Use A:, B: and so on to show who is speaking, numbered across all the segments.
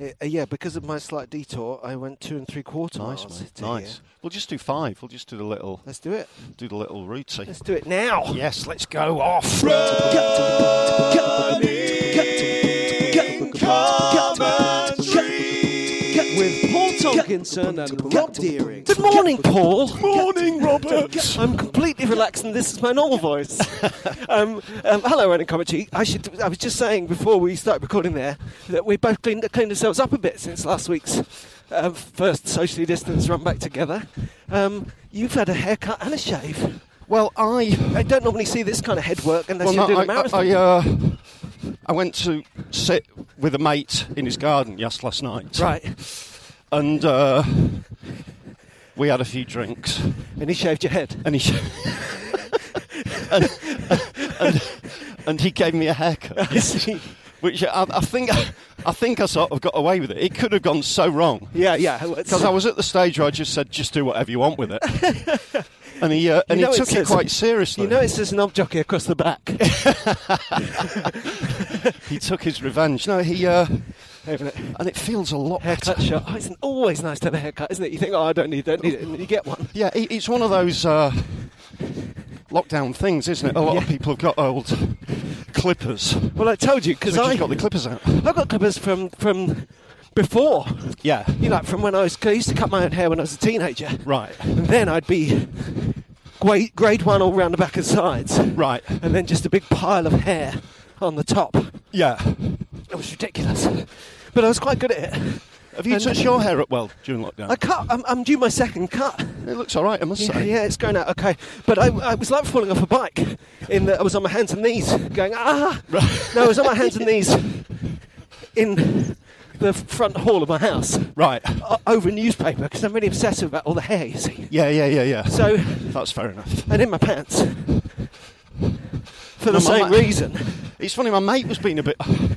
A: Uh, yeah, because of my slight detour, I went two and three quarter
B: Nice,
A: miles.
B: mate.
A: to
B: Nice.
A: here.
B: We'll just do five. We'll just do the little,
A: Let's do it.
B: do the little routine.
A: Let's do it now.
B: Yes, let's go off.
A: With Paul Tomkinson and Rob Deering.
B: Good morning, Paul.
A: Morning,
B: Robert.
A: I'm completely relaxed, and this is my normal voice. um, um, hello, Anna Comedy. I should. I was just saying before we started recording there that we both cleaned, cleaned ourselves up a bit since last week's um, first socially distanced run back together. Um, you've had a haircut and a shave.
B: Well, I.
A: I don't normally see this kind of head work unless
B: Well,
A: you're doing
B: no,
A: a marathon.
B: I, I, uh, I went to sit with a mate in his garden yes last night,
A: right,
B: and uh, we had a few drinks,
A: and he shaved your head.
B: and he and, and, and he gave me a haircut,
A: I see.
B: which I, I think I think I sort of got away with it. It could have gone so wrong.
A: Yeah, yeah.
B: Because I was at the stage where I just said, just do whatever you want with it. and he, uh, and
A: You know
B: he
A: it
B: took it
A: says-
B: quite seriously.
A: you know, it's just an ob jockey across the back.
B: he took his revenge. No, he, uh,
A: Having a
B: and it feels a lot
A: Haircut
B: better.
A: shot. Oh, it's always nice to have a haircut, isn't it? You think, oh, I don't need, don't need it, and you get one.
B: Yeah, it, it's one of those uh, lockdown things, isn't it? A lot of people have got old clippers.
A: Well, I told you because
B: Because so
A: I
B: I got the clippers out.
A: I got clippers from from before.
B: Yeah.
A: You know, from when I was. 'cause I used to cut my own hair when I was a teenager.
B: Right.
A: And then I'd be grade, grade one all round the back and sides,
B: Right.
A: and then just a big pile of hair on the top. It
B: Yeah.
A: was ridiculous, but I was quite good at it.
B: Have you
A: And-
B: touched your hair up well during lockdown?
A: I cut. I'm, I'm due my second cut.
B: It looks all right, I must
A: Yeah,
B: say.
A: yeah, it's going out okay. But I, I was like falling off a bike in that I was on my hands and knees going, ah! No, I was on my hands and knees in the front hall of my house
B: Right.
A: o- over a newspaper because I'm really obsessive about all the hair, you see.
B: Yeah, yeah, yeah, yeah.
A: So,
B: That's fair enough.
A: and in my pants for the
B: No, my
A: same
B: ma-
A: reason.
B: It's funny, my mate was being a bit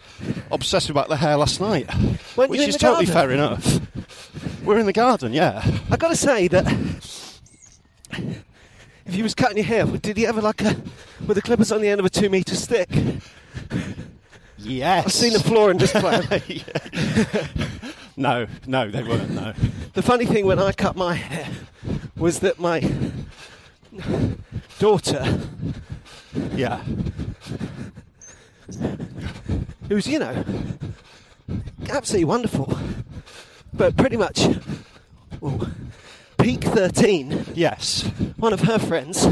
B: obsessed about the hair last night,
A: Weren't
B: which
A: you in
B: is
A: the
B: totally
A: garden?
B: fair enough. We're in the garden, yeah.
A: i got to say that if you was cutting your hair, did you ever like a, with the clippers on the end of a two metre stick?
B: Yes.
A: I've seen the floor in this plan.
B: No, no, they weren't. No.
A: The funny thing when I cut my hair was that my daughter,
B: Yeah.
A: who's, you know, absolutely wonderful, but pretty much well, peak 13,
B: Yes.
A: one of her friends,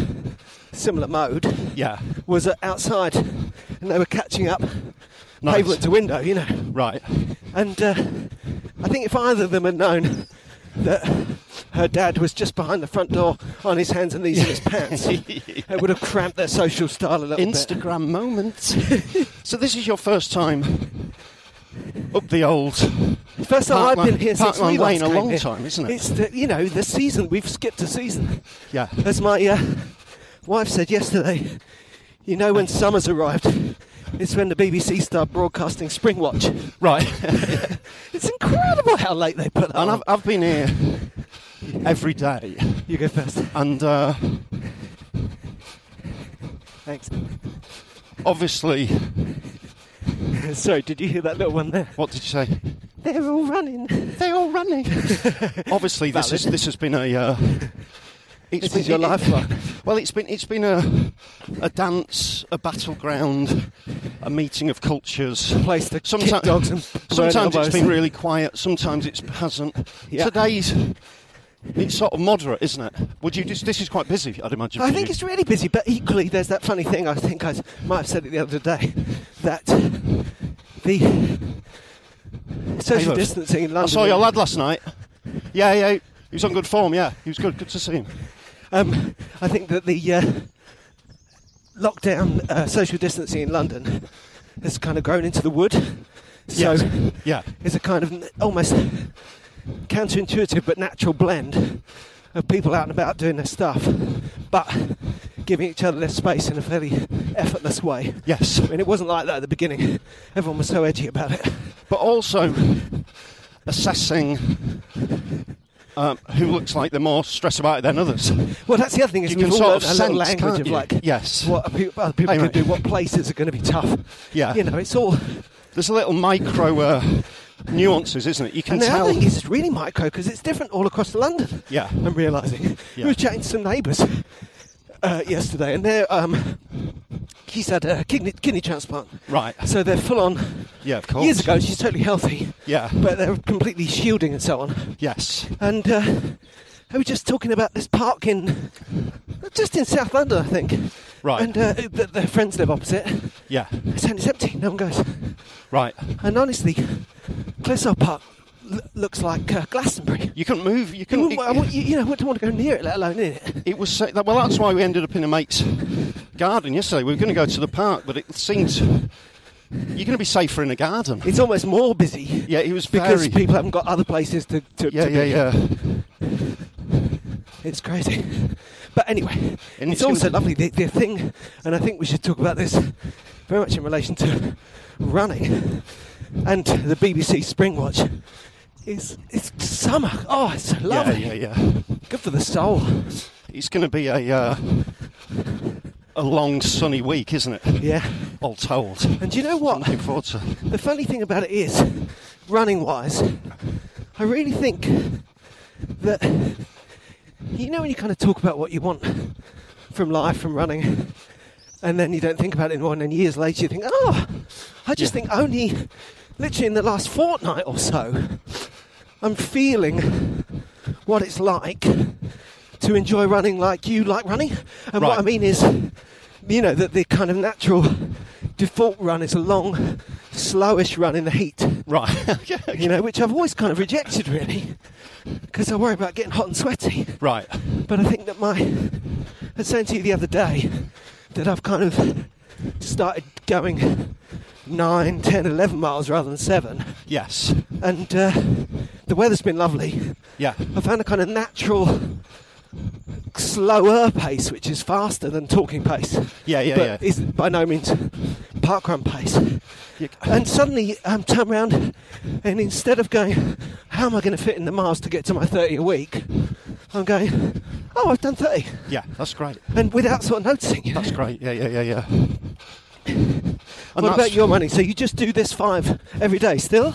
A: similar mode,
B: Yeah.
A: was uh, outside and they were catching up
B: Nice.
A: pavement to window, you know.
B: Right.
A: And uh, I think if either of them had known that her dad was just behind the front door on his hands and knees in his pants, it would have cramped their social style a little bit.
B: Instagram moment. so this is your first time up the old.
A: First time I've been here since
B: Parkland
A: we last
B: Lane a
A: came
B: long
A: here.
B: time, isn't it?
A: It's the, you know the season. We've skipped a season.
B: Yeah.
A: As my uh, wife said yesterday, you know when summer's arrived, It's when the BBC start broadcasting Spring Watch.
B: Right.
A: It's incredible how late they put that on.
B: and I've, I've been here every day,
A: you go first.
B: and uh,
A: Thanks.
B: obviously,
A: Sorry, did you hear that little one there?
B: what did you say?
A: They're all running. They're all running.
B: Obviously, this is this has been a. Uh, it's
A: This is your lifeline.
B: Well, it's been it's been a a dance, a battleground, a meeting of cultures.
A: Place to kick
B: Someti-
A: dogs and burn
B: sometimes it's
A: elbows.
B: been really quiet. Sometimes it hasn't.
A: Yeah.
B: Today's it's sort of moderate, isn't it? Would you just this is quite busy, I'd imagine.
A: I
B: for
A: think
B: you.
A: it's really busy, but equally, there's that funny thing. I think I s- might have said it the other day that the social
B: look.
A: distancing in London.
B: I saw your lad last night. Yeah, yeah. He was on good form. Yeah, he was good. Good to see him.
A: Um, I think that the uh, lockdown uh, social distancing in London has kind of grown into the wood. So
B: Yes. Yeah.
A: it's a kind of n- almost counterintuitive but natural blend of people out and about doing their stuff, but giving each other their space in a fairly effortless way.
B: Yes.
A: I mean, it wasn't like that at the beginning. Everyone was so edgy about it.
B: but also assessing um, who looks like they're more stressed about it than others.
A: Well, that's the other thing is
B: You
A: we've
B: can
A: all learned
B: sort of
A: a little
B: sense,
A: language
B: can't
A: of
B: you?
A: like
B: Yes.
A: what are people, other people
B: Hey,
A: can
B: mate.
A: do, what places are going to be tough.
B: Yeah.
A: you know, it's all.
B: There's a little micro uh, nuances, isn't it? You can
A: And the
B: tell.
A: other thing is it's really micro because it's different all across London.
B: Yeah.
A: I'm realising.
B: Yeah.
A: We were chatting to some neighbours uh, yesterday, and they're um, he's had a kidney, kidney transplant,
B: Right. Oh.
A: so they're full on.
B: Yeah, of course.
A: Years ago, she's totally healthy.
B: Yeah.
A: but they're completely shielding and so on.
B: Yes.
A: and uh, I was just talking about this park in just in South London, I think.
B: Right.
A: And uh, th- their friends live opposite.
B: Yeah.
A: And it's empty. No one goes.
B: Right.
A: And honestly, Clissold Park l- looks like uh, Glastonbury.
B: You couldn't move. You
A: You,
B: couldn't.
A: wouldn't- I wouldn't- you, you know, I wouldn't want to go near it, let alone in it.
B: It was so, that- well. That's why we ended up in a mate's garden yesterday. We were going to go to the park, but it seems you're going to be safer in a garden.
A: It's almost more busy.
B: yeah, it was
A: Because
B: very.
A: people haven't got other places to, to,
B: yeah,
A: to
B: yeah,
A: be.
B: yeah.
A: It's crazy. But anyway,
B: And
A: it's,
B: it's
A: also
B: gonna-
A: lovely. The, the thing, and I think we should talk about this very much in relation to running and the BBC Spring Watch. Is it's summer. Oh, it's so lovely.
B: Yeah, yeah, yeah.
A: Good for the soul.
B: It's going to be a uh, a long sunny week, isn't it?
A: Yeah.
B: All told.
A: And do you know what?
B: Looking forward to.
A: The funny thing about it is, running wise, I really think that you know when you kind of talk about what you want from life, from running, and then you don't think about it anymore, and then years later you think, oh, I just
B: Yeah.
A: think only literally in the last fortnight or so, I'm feeling what it's like to enjoy running like you like running. And what
B: Right.
A: I mean is, you know, that the kind of natural default run is a long, slowish run in the heat,
B: Right. Yeah,
A: you know, which I've always kind of rejected really, because I worry about getting hot and sweaty.
B: right.
A: But I think that my, I was saying to you the other day that I've kind of started going 9, 10, 11 miles rather than 7.
B: Yes.
A: And uh, the weather's been lovely.
B: Yeah.
A: I found a kind of natural, slower pace, which is faster than talking pace.
B: Yeah, yeah,
A: but
B: yeah.
A: is by no means parkrun pace. And suddenly um, turn around, and instead of going, how am I going to fit in the miles to get to my 30 a week? I'm going, oh, I've done 30.
B: Yeah. That's great.
A: And without sort of noticing. you know?
B: That's great. Yeah, yeah, yeah, yeah. And
A: what about
B: that's-
A: your running? So you just do this five every day still?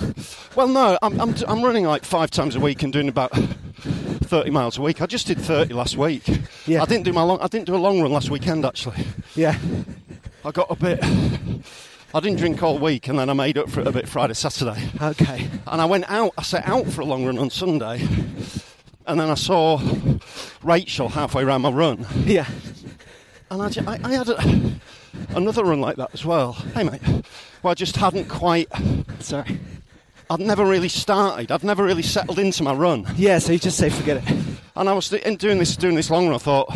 B: Well, no, I'm, I'm, I'm running like five times a week and doing about 30 miles a week. I just did 30 last week.
A: Yeah.
B: I didn't do my long. I didn't do a long run last weekend actually.
A: Yeah.
B: I got a bit. I didn't drink all week, and then I made up for it a bit Friday, Saturday.
A: Okay.
B: And I went out, I set out for a long run on Sunday, and then I saw Rachel halfway around my run.
A: Yeah.
B: And I, ju- I, I had a, another run like that as well. Hey, mate. Well, I just hadn't quite,
A: Sorry.
B: I'd never really started, I'd never really settled into my run.
A: Yeah, so you just say forget it.
B: And I was th- in doing this, doing this long run, I thought,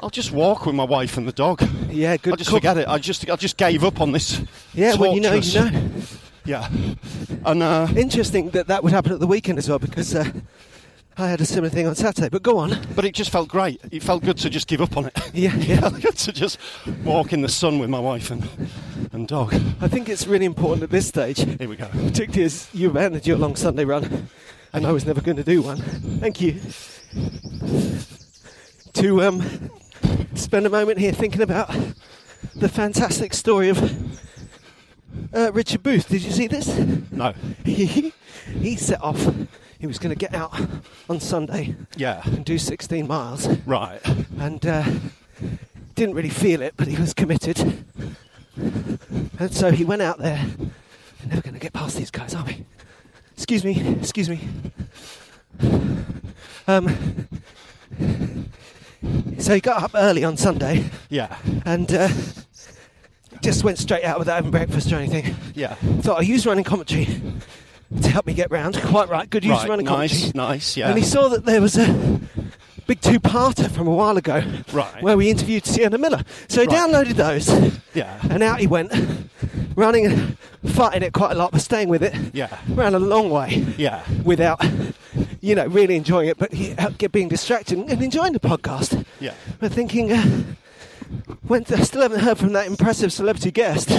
B: I'll just walk with my wife and the dog.
A: Yeah, good
B: I just
A: call.
B: forget it. I just, I just gave up on this.
A: Yeah, well, you know, you
B: torturous-
A: know.
B: Yeah. And, uh,
A: Interesting that that would happen at the weekend as well, because uh, I had a similar thing on Saturday, but go on.
B: But it just felt great. It felt good to just give up on it.
A: Yeah,
B: It
A: yeah.
B: felt good to just walk in the sun with my wife and, and dog.
A: I think it's really important at this stage,
B: Here we go.
A: particularly as you manage your long Sunday run, and I was never going to do one. Thank you. To um, spend a moment here thinking about the fantastic story of uh, Richard Booth. Did you see this?
B: No.
A: he he set off. He was going to get out on Sunday
B: Yeah.
A: and do 16 miles,
B: Right.
A: and uh, didn't really feel it, but he was committed. And so he went out there. We're never going to get past these guys, are we? Excuse me, excuse me. Um, so he got up early on Sunday
B: Yeah.
A: and uh, just went straight out without having breakfast or anything.
B: Yeah.
A: So I used running commentary to help me get round. Quite right, good use of
B: right.
A: running
B: nice.
A: commentary.
B: Nice. Yeah.
A: And he saw that there was a big two-parter from a while ago,
B: Right.
A: where we interviewed Sienna Miller. So he
B: Right.
A: downloaded those,
B: Yeah.
A: and out he went, running, and fighting it quite a lot, but staying with it.
B: Yeah.
A: ran a long way.
B: Yeah.
A: without, you know, really enjoying it, but he kept being distracted and enjoying the podcast.
B: Yeah.
A: We're thinking, uh, when I still haven't heard from that impressive celebrity guest.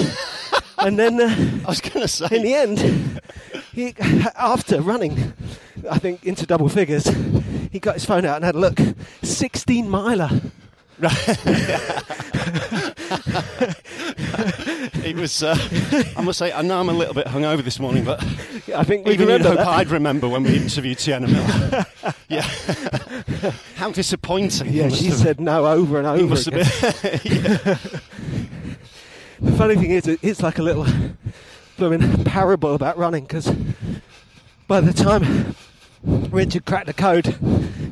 A: and then uh,
B: I was going to say.
A: in the end, he, after running, I think, into double figures, he got his phone out and had a look. 16 miler.
B: It was. Uh, I must say, I know I'm a little bit hungover this morning, but
A: I think we
B: even you'd
A: remember
B: hope
A: that.
B: I'd remember when we interviewed Sienna Miller. yeah. How disappointing.
A: Yeah,
B: Must
A: she
B: have-
A: said no over and
B: It
A: over
B: must
A: again.
B: have been.
A: The funny thing is, it- it's like a little blooming parable about running because by the time Richard cracked the code,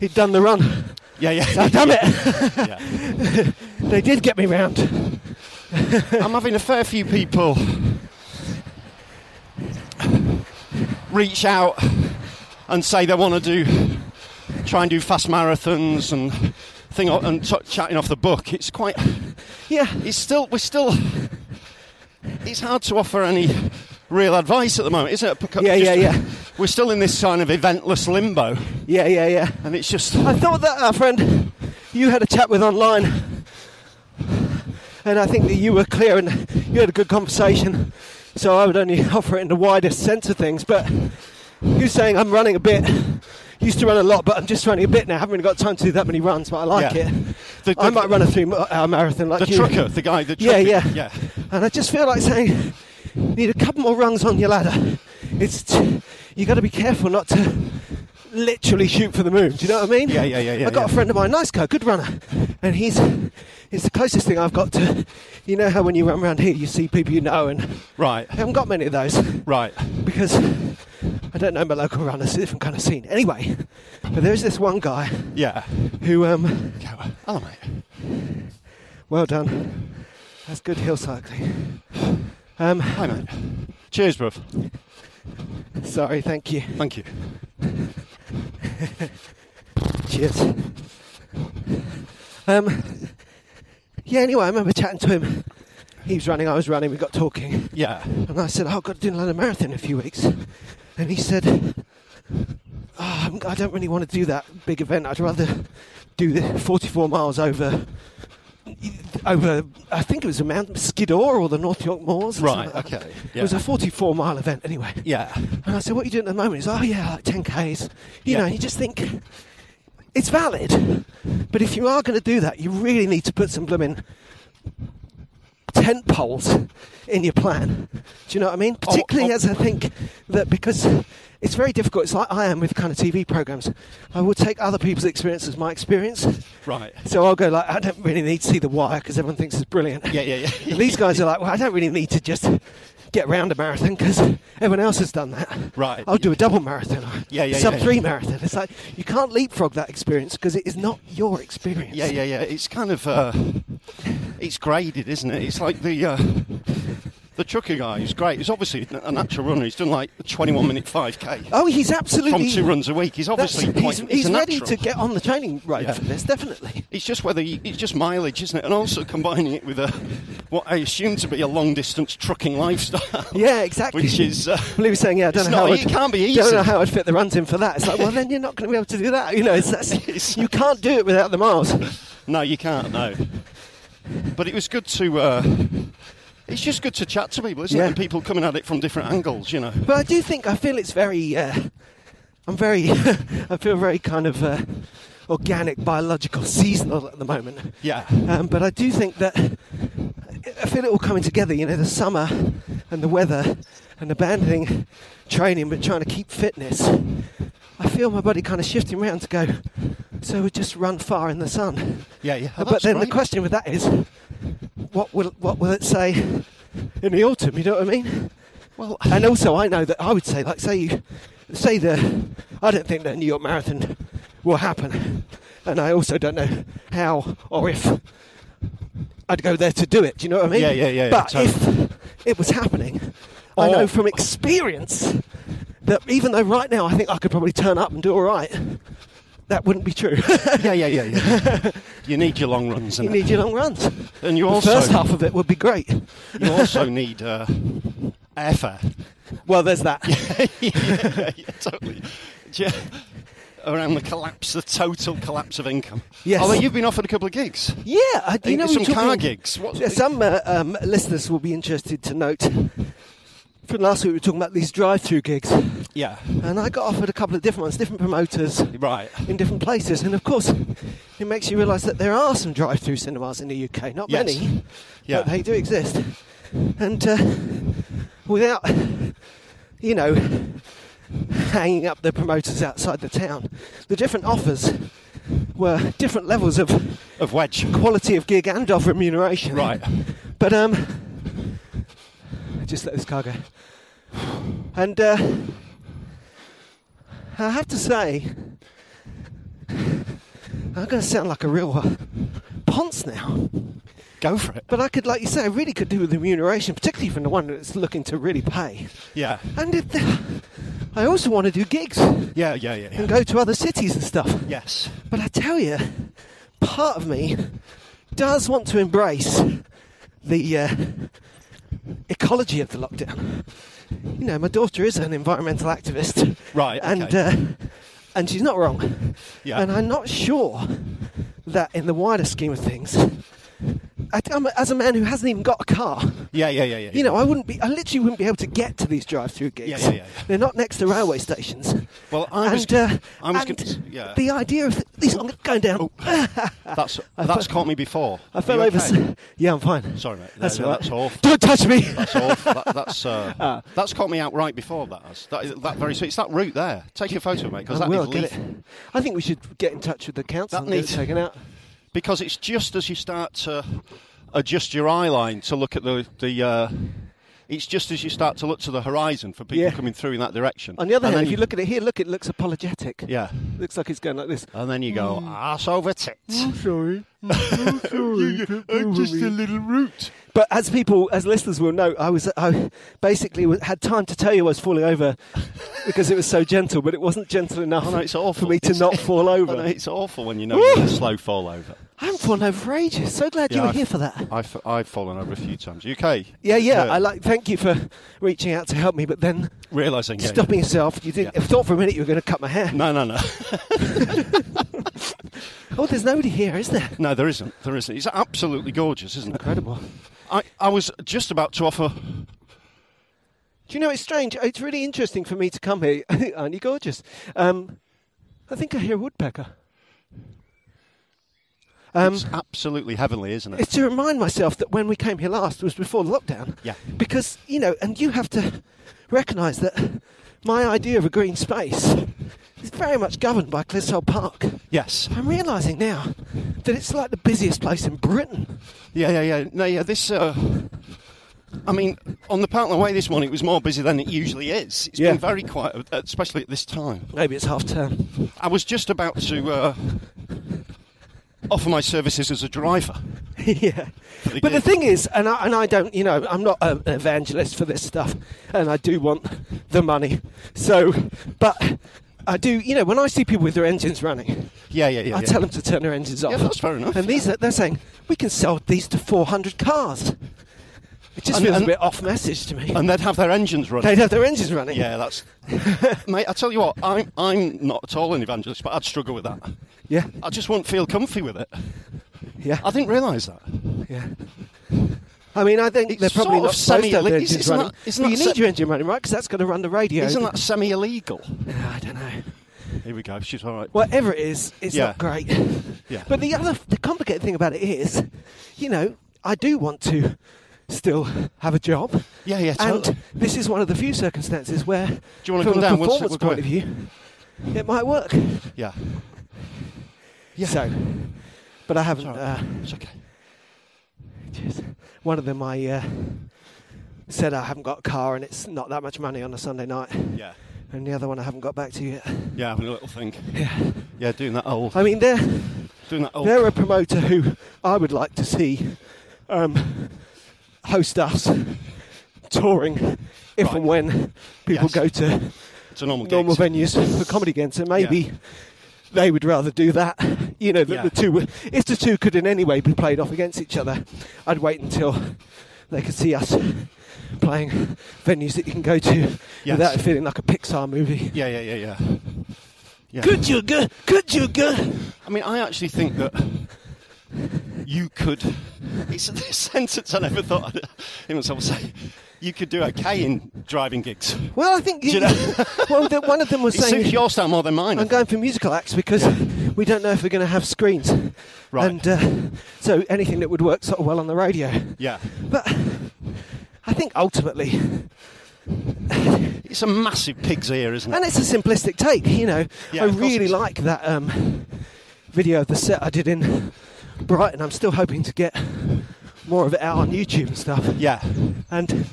A: he'd done the run.
B: yeah, yeah.
A: So damn it,
B: Yeah.
A: they did get me round.
B: I'm having a fair few people reach out and say they want to do try and do fast marathons and thing and t- chatting off the book. It's quite.
A: Yeah,
B: It's still. We're still. It's hard to offer any real advice at the moment, isn't it? Because
A: Yeah, yeah, yeah.
B: We're still in this kind of eventless limbo,
A: yeah, yeah, yeah.
B: and it's just.
A: I thought that our friend you had a chat with online, and I think that you were clear and you had a good conversation. So I would only offer it in the widest sense of things. But you're saying I'm running a bit. Used to run a lot, but I'm just running a bit now. haven't really got time to do that many runs, but I like
B: Yeah.
A: it.
B: The- the-
A: I might run a three-hour marathon like
B: the
A: you.
B: trucker, the guy, the
A: Yeah,
B: trucker,
A: yeah.
B: yeah.
A: And I just feel like saying, you need a couple more rungs on your ladder. It's t- you got to be careful not to literally shoot for the moon. Do you know what I mean?
B: Yeah, yeah, yeah, yeah,
A: I got a
B: yeah.
A: friend of mine, nice guy, good runner, and he's it's the closest thing I've got to. You know how when you run around here, you see people you know, and
B: Right,
A: I haven't got many of those
B: right.
A: because I don't know my local runners. It's a different kind of scene. Anyway, but there is this one guy
B: Yeah.
A: who, um,
B: Yeah, Hello, mate.
A: well done, that's good hill cycling. Um,
B: Hi, mate. Cheers, bruv.
A: sorry, thank you.
B: Thank you.
A: Cheers. Um, yeah, anyway, I remember chatting to him. He was running, I was running, we got talking.
B: Yeah.
A: And I said, oh, I've got to do London Marathon in a few weeks. And he said, oh, I'm- I don't really want to do that big event. I'd rather do the 44 miles over, over I think it was a Mount Skidor or the North York Moors. or
B: Right,
A: something like that.
B: okay,
A: It
B: yeah.
A: was a 44 mile event anyway.
B: Yeah.
A: And I said, what are you doing at the moment? He's oh yeah, like 10Ks. You
B: Yeah.
A: know, you just think, it's valid. But if you are going to do that, you really need to put some blooming tent poles in your plan. Do you know what I mean?
B: Oh,
A: Particularly
B: oh.
A: as I think that because it's very difficult. It's like I am with kind of TV programs. I will take other people's experience as my experience.
B: Right.
A: So I'll go like, I don't really need to see the wire because everyone thinks it's brilliant.
B: Yeah, yeah, yeah.
A: And these guys are like, well, I don't really need to just get round a marathon because everyone else has done that.
B: Right.
A: I'll do a double marathon. or
B: Yeah, yeah,
A: Sub
B: yeah.
A: three marathon. It's like you can't leapfrog that experience because it is not your experience.
B: Yeah, yeah, yeah. It's kind of uh, it's graded, isn't it? It's like the uh, The trucker guy is great. He's obviously a natural runner. He's done like a 21 minute 5k
A: Oh, he's absolutely
B: from two runs a week. He's
A: that's-
B: obviously quite.
A: he's,
B: he's
A: he's
B: a
A: ready
B: natural.
A: to get on the training road
B: Yeah.
A: for this, definitely.
B: It's just whether you, it's just mileage, isn't it? And also combining it with a what I assume to be a long distance trucking lifestyle.
A: Yeah, exactly.
B: Which is uh,
A: Well, he was saying, yeah, I don't
B: It's
A: know
B: not-
A: how
B: it can't be
A: Don't
B: easy.
A: know how I'd fit the runs in for that. It's like, well, then you're not going to be able to do that. You know, it's, that's, you can't do it without the miles.
B: no, you can't. No, but it was good to. Uh, it's just good to chat to people, isn't
A: Yeah.
B: it? And people coming at it from different angles, you know.
A: But I do think I feel it's very. Uh, I'm very. I feel very kind of uh, organic, biological, seasonal at the moment.
B: Yeah.
A: Um, but I do think that I feel it all coming together. You know, the summer and the weather and abandoning training, but trying to keep fitness. I feel my body kind of shifting around to go. So we just run far in the sun.
B: Yeah, yeah. Oh,
A: but
B: that's
A: then the
B: great.
A: question with that is, what will what will it say in the autumn? You know what I mean?
B: Well,
A: And also, I know that I would say, like, say you, say the, I don't think the New York Marathon will happen, and I also don't know how or if I'd go there to do it. Do you know what I mean?
B: Yeah, yeah, yeah, yeah,
A: But
B: totally.
A: if it was happening, I know
B: Oh.
A: from experience that even though right now I think I could probably turn up and do all right, that wouldn't be true.
B: yeah, yeah, yeah, yeah. you need your long runs,
A: you
B: and
A: need your long runs.
B: and you
A: the
B: also
A: first half of it would be great.
B: you also need uh, airfare.
A: Well, there's that.
B: yeah, yeah, totally. Yeah. Around the collapse, the total collapse of income.
A: Yes.
B: Although you've been offered a couple of gigs.
A: Yeah, I, you know
B: some
A: we were
B: car
A: talking-
B: gigs. What-
A: Yeah, some uh, um, listeners will be interested to note. From last week, we were talking about these drive-through gigs,
B: Yeah.
A: and I got offered a couple of different ones, different promoters
B: Right.
A: in different places, and of course, it makes you realise that there are some drive-through cinemas in the UK. Not
B: Yes.
A: many,
B: Yeah.
A: but they do exist. And uh, without, you know, hanging up the promoters outside the town, the different offers were different levels of
B: Of wedge.
A: quality of gig and of remuneration.
B: Right.
A: But um, just let this car go. And uh, I have to say, I'm going to sound like a real uh, ponce now.
B: Go for it.
A: But I could, like you say, I really could do with remuneration, particularly from the one that's looking to really pay.
B: Yeah.
A: And it, I also want to do gigs and
B: Yeah, yeah, yeah. yeah.
A: go to other cities and stuff.
B: Yes.
A: But I tell you, part of me does want to embrace the uh, ecology of the lockdown. You know, my daughter is an environmental activist,
B: Right,
A: And
B: okay.
A: uh, and she's not wrong.
B: Yeah.
A: And I'm not sure that, in the wider scheme of things, I, I'm, as a man who hasn't even got a car,
B: Yeah, yeah, yeah, yeah.
A: you know, I wouldn't be, I literally wouldn't be able to get to these drive-through gigs.
B: Yeah, yeah, yeah, yeah.
A: They're not next to railway stations.
B: Well, I was-
A: and, uh,
B: I was
A: and
B: gonna- yeah.
A: the idea of these I'm going down.
B: that's that's
A: fe-
B: caught me before.
A: I fell
B: You
A: over.
B: okay?
A: s- Yeah, I'm fine.
B: Sorry, mate. No,
A: That's
B: no,
A: all right. Ah.
B: that's awful.
A: Don't touch me.
B: That's awful. That, that's uh, that's caught me out right before that. has. That, is, that very sweet. It's that route there. Take a photo, mate, because
A: I
B: that
A: will
B: is
A: get
B: lethal.
A: it. I think we should get in touch with the council
B: That
A: and get
B: needs-
A: it taken out.
B: because it's just as you start to adjust your eye line to look at the the. Uh, it's just as you start to look to the horizon for people
A: Yeah.
B: coming through in that direction.
A: On the other
B: And
A: hand,
B: then
A: if you look at it here, look, it looks apologetic.
B: yeah,
A: Looks like it's going like this.
B: and then you go ass over tits.
A: Mm. Sorry.
B: I'm uh, just a little root.
A: But as people, as listeners will know, I was I basically was- had time to tell you I was falling over because it was so gentle, but it wasn't gentle enough
B: I know it's awful
A: for me to
B: It's-
A: not fall
B: I know,
A: over.
B: it's awful when you know you're going
A: Woo!
B: to slow fall over.
A: I haven't fallen over for ages. So glad you
B: Yeah,
A: were
B: I've-
A: here for that.
B: I've, I've fallen over a few times. Uh, You okay?
A: Yeah, yeah. I like. Thank you for reaching out to help me, but then
B: realizing yeah,
A: stopping yourself. You didn't.
B: Yeah.
A: I thought for a minute you were going to cut my hair.
B: No, no, no,
A: Oh, there's nobody here, is there?
B: no. There isn't. There isn't. It's absolutely gorgeous, isn't it?
A: Incredible.
B: I, I was just about to offer.
A: Do you know it's strange? It's really interesting for me to come here. Aren't you gorgeous? Um, I think I hear a woodpecker. Um,
B: it's absolutely heavenly, isn't it?
A: it's to remind myself that when we came here last was before the lockdown.
B: Yeah.
A: Because you know, and you have to recognise that my idea of a green space is very much governed by Clissold Park.
B: Yes.
A: I'm realising now that it's like the busiest place in Britain.
B: Yeah, yeah, yeah. No, yeah. This. Uh, I mean, on the Parkland Way this morning, it was more busy than it usually is. It's
A: Yeah.
B: been very quiet, uh, especially at this time.
A: Maybe it's half term.
B: I was just about to uh, offer my services as a driver.
A: yeah.
B: the
A: but the
B: gig.
A: thing is, and I, and I don't, you know, I'm not um, an evangelist for this stuff, and I do want the money. So, but I do, you know, when I see people with their engines running,
B: Yeah, yeah, yeah.
A: I
B: yeah.
A: tell them to turn their engines off.
B: Yeah, that's fair enough,
A: And these,
B: yeah.
A: are, they're saying we can sell these to 400 cars. It just
B: And-
A: feels
B: and-
A: a bit off message to me.
B: and they'd have their engines running.
A: They'd have their engines running.
B: Yeah, that's. Mate, I tell you what, I'm I'm not at all an evangelist, but I'd struggle with that.
A: yeah,
B: I just wouldn't feel comfy with it.
A: yeah,
B: I didn't realise that.
A: yeah. I mean, I think
B: It's
A: they're probably
B: sort
A: not
B: of
A: supposed to have their
B: semi-
A: engines
B: isn't that-
A: running.
B: isn't
A: but
B: that
A: you need
B: se-
A: your engine running, right? Because that's going to run the radio.
B: Isn't that semi-illegal?
A: Uh, I don't know.
B: Here we go. She's all right.
A: whatever it is, it's
B: Yeah.
A: not great.
B: Yeah.
A: But the other, the complicated thing about it is, you know, I do want to still have a job.
B: Yeah, yeah,
A: And
B: totally.
A: this is one of the few circumstances where, do
B: you wanna
A: from
B: come
A: a
B: down? We'll sit-
A: performance
B: we'll
A: point of view, it might work.
B: Yeah. Yeah.
A: So, but I haven't.
B: It's all
A: Uh,
B: right. It's okay.
A: cheers. one of them, I uh, said I haven't got a car and it's not that much money on a Sunday night.
B: Yeah.
A: And the other one I haven't got back to yet.
B: Yeah, having a little think. Yeah. Yeah, doing that old.
A: I mean, they're
B: doing that old.
A: They're a promoter who I would like to see um, host us touring if
B: Right.
A: and when people
B: Yes.
A: go to
B: It's a normal gig.
A: normal venues for comedy again. So maybe
B: Yeah.
A: they would rather do that. You know, that
B: Yeah.
A: the two, were- if the two could in any way be played off against each other, I'd wait until they could see us playing venues that you can go to
B: Yes.
A: without it feeling like a Pixar movie.
B: Yeah, yeah, yeah, yeah. Yeah.
A: Could you go? Could you go?
B: I mean, I actually think that you could. It's a sentence I never thought I'd hear myself say. You could do okay in driving gigs.
A: Well, I think
B: you know-
A: well, the, one of them was
B: It
A: saying
B: suits your style more than mine. I
A: I'm
B: think.
A: going for musical acts because we don't know if we're going to have screens.
B: Right.
A: And uh, so anything that would work sort of well on the radio.
B: Yeah.
A: But I think ultimately,
B: It's a massive pig's ear, isn't
A: and
B: it?
A: it's a simplistic take, you know.
B: Yeah,
A: I
B: of course it
A: really
B: is.
A: like that um, video of the set I did in Brighton. I'm still hoping to get more of it out on YouTube and stuff.
B: Yeah.
A: And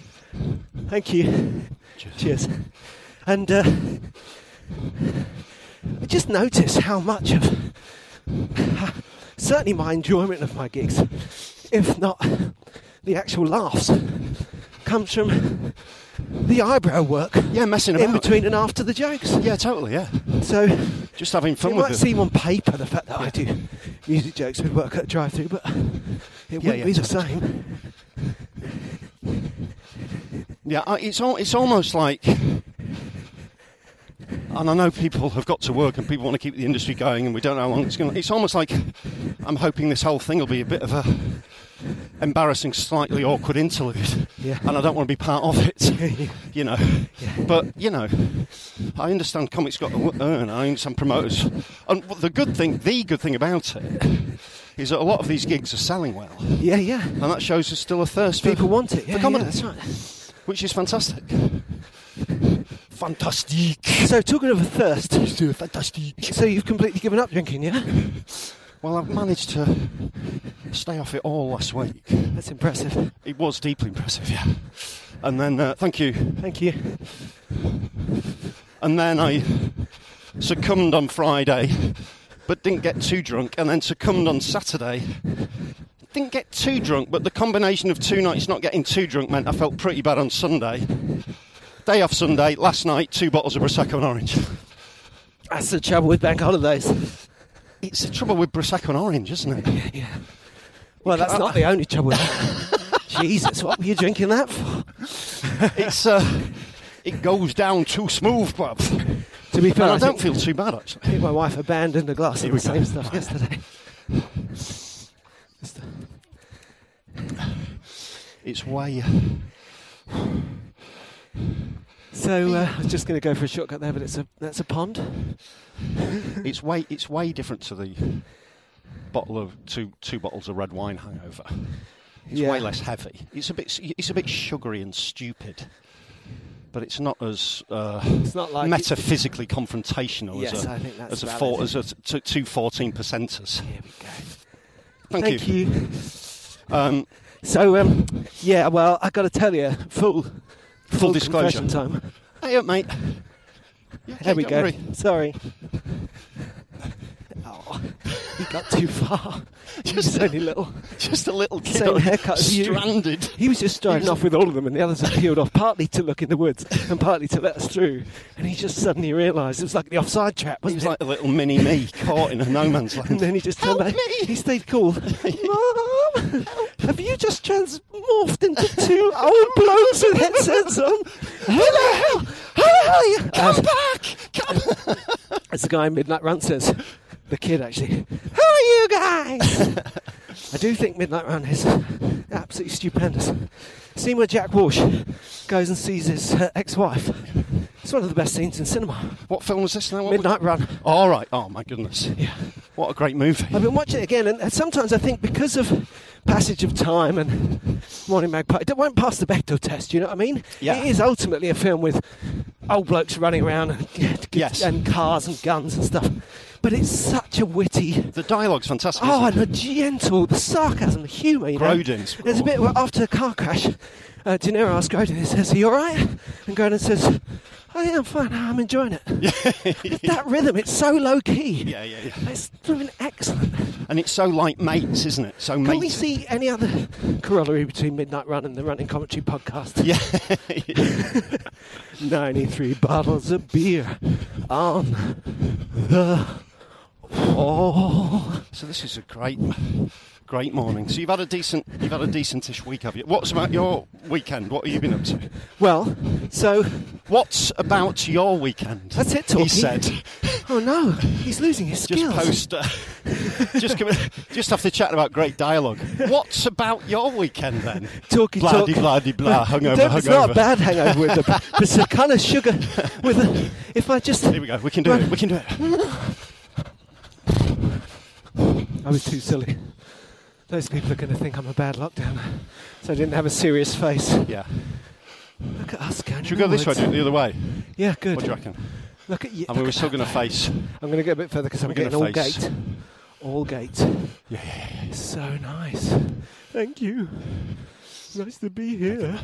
A: thank you. Cheers. And uh, I just noticed how much of certainly my enjoyment of my gigs, if not the actual laughs, comes from the eyebrow work
B: Yeah, messing about.
A: in between and after the jokes.
B: Yeah, totally, yeah.
A: So
B: Just having fun
A: it
B: with
A: might
B: it.
A: seem on paper the fact that I do music jokes with work at drive through, but it wouldn't
B: yeah,
A: be the same.
B: Yeah, I- it's al- it's almost like, and I know people have got to work and people want to keep the industry going, and we don't know how long it's going. to... It's almost like I'm hoping this whole thing will be a bit of a embarrassing, slightly awkward interlude,
A: Yeah.
B: and I don't want to be part of it, you know. But you know, I understand comics got to wo- earn. I understand promoters, and w- the good thing, the good thing about it, is that a lot of these gigs are selling well,
A: Yeah, yeah.
B: and that shows there's still a thirst. for-
A: People want it. Yeah,
B: for comedy
A: yeah, that's right.
B: which is fantastic. Fantastic.
A: So talking of a thirst,
B: Fantastic.
A: so you've completely given up drinking, yeah?
B: Well, I've managed to stay off it all last week.
A: That's impressive.
B: It was deeply impressive, yeah. And then, uh, thank you.
A: Thank you.
B: And then I succumbed on Friday, but didn't get too drunk. And then succumbed on Saturday. Didn't get too drunk, but the combination of two nights not getting too drunk meant I felt pretty bad on Sunday. Day off Sunday, last night, two bottles of Prosecco and orange.
A: That's the trouble with bank holidays.
B: It's the trouble with Prosecco and orange, isn't it?
A: Yeah. Well, that's not the only trouble. Jesus, what were you drinking that for?
B: It's uh, it goes down too smooth, bruv. And
A: To be fair,
B: I don't
A: think-
B: feel too bad actually.
A: I think my wife abandoned a glass
B: Here
A: of
B: we
A: the
B: go.
A: same stuff yesterday. Just-
B: It's way. uh,
A: So uh, I was just going to go for a shortcut there, but it's a that's a pond.
B: It's way. It's way different to the bottle of two two bottles of red wine hangover. It's
A: Yeah.
B: way less heavy. It's a bit. It's a bit sugary and stupid. But it's not as uh,
A: It's not like-
B: metaphysically confrontational
A: Yes,
B: as a
A: I think that's
B: as a
A: valid.
B: four, as a t- two fourteen percenters.
A: Here we go.
B: Thank,
A: Thank
B: you.
A: you.
B: Um,
A: So um, yeah, well, I got to tell you, full full,
B: full disclosure.
A: confession time.
B: Hey up, mate. Yeah,
A: There we
B: don't
A: go.
B: worry.
A: Sorry. Oh. He got too far.
B: Just
A: Just only little.
B: Just a little kid
A: Same
B: on-
A: haircut as you.
B: stranded.
A: He was just driving off with all of them, and the others had peeled off, partly to look in the woods and partly to let us through. And he just suddenly realised it was like the offside trap,
B: He
A: wasn't
B: was
A: it?
B: like a little mini me caught in a no man's land.
A: and then he just turned back.
B: Help me!
A: He stayed cool. Mom, have you just transmorphed into two old blokes with headsets on? Hello, hello,
B: Come back! Come
A: It's the guy in Midnight Run says. The kid actually. Who are you guys? I do think Midnight Run is absolutely stupendous. Scene where Jack Walsh goes and sees his uh, ex-wife. It's one of the best scenes in cinema.
B: What film was this now? What
A: Midnight Run.
B: was- All right. Oh my goodness. Yeah. What a great movie.
A: I've been watching it again, and sometimes I think because of passage of time and Morning Magpie, it won't pass the Bechdel test. You know what I mean?
B: Yeah.
A: It is ultimately a film with old blokes running around and,
B: Yes.
A: and cars and guns and stuff, but it's such a witty.
B: The dialogue's fantastic.
A: Oh, and
B: isn't
A: the
B: it?
A: gentle, the sarcasm, the humour. You know?
B: Grodin's-
A: There's a bit where after the car crash, uh, De Niro asks Grodin, he says, Are you alright? And Grodin says, Oh, yeah, I'm fine, I'm enjoying it. that rhythm, it's so low key.
B: Yeah, yeah, yeah.
A: It's doing excellent.
B: And it's so like mates, isn't it? So
A: Can we
B: mates.
A: see any other corollary between Midnight Run and the Running Commentary podcast?
B: Yeah.
A: 93 bottles of beer on the wall.
B: so this is a great, great morning. So you've had a decent, you've had a decentish week, have you? What's about your weekend? What have you been up to?
A: Well, so,
B: What's about your weekend?
A: That's it,
B: He
A: Torquay.
B: said.
A: oh no, he's losing his
B: Just
A: skills.
B: post. Uh, just come, just have to chat about great dialogue. What's about your weekend then?
A: Talky
B: blah
A: talk.
B: de blah de blah. Hungover,
A: Don't-
B: hungover.
A: It's not a bad hangover with the, but it's a kind of sugar with a, if I just,
B: Here we go. We can do it. We can do it.
A: I was too silly. Those people are going to think I'm a bad lockdown. So I didn't have a serious face.
B: Yeah.
A: Look at us going.
B: Should we go this way?
A: inwards.
B: Do it the other way.
A: Yeah, good.
B: What do you reckon?
A: Look at you.
B: And we
A: look
B: were
A: at
B: still
A: that
B: going to
A: way.
B: face.
A: I'm going to go a bit further because I'm
B: We're gonna
A: getting all
B: face.
A: gate. All gate.
B: Yeah, yeah, yeah.
A: So nice. Thank you. Nice to be here.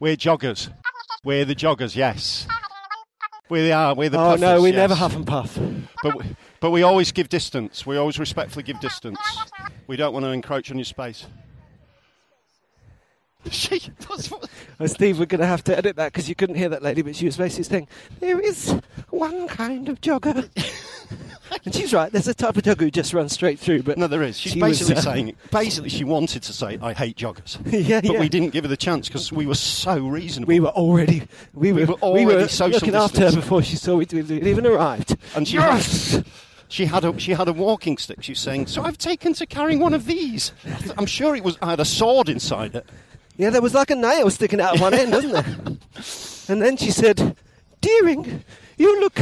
B: We're joggers. We're the joggers. Yes. We are. We're the.
A: oh no,
B: puffers,
A: we
B: yes.
A: never huff and puff.
B: But we, but we always give distance. We always respectfully give distance. We don't want to encroach on your space. She. That's what,
A: Oh, Steve, we're going to have to edit that because you couldn't hear that lady, but she was basically saying there is one kind of jogger, and she's right. There's a type of jogger who just runs straight through. But
B: no, there is. She's
A: She was,
B: basically
A: uh,
B: saying. Basically, she wanted to say, "I hate joggers."
A: Yeah,
B: But
A: yeah.
B: we didn't give her the chance because we were so reasonable.
A: we were already we were,
B: were already social
A: looking after her
B: distanced.
A: before she saw we we'd even arrived.
B: And she
A: yes,
B: She had a she had a walking stick. She was saying, "So I've taken to carrying one of these." I th- I'm sure it was. I had a sword inside it.
A: yeah, there was like a nail sticking out of one end, wasn't there? And then she said, "Deering, you look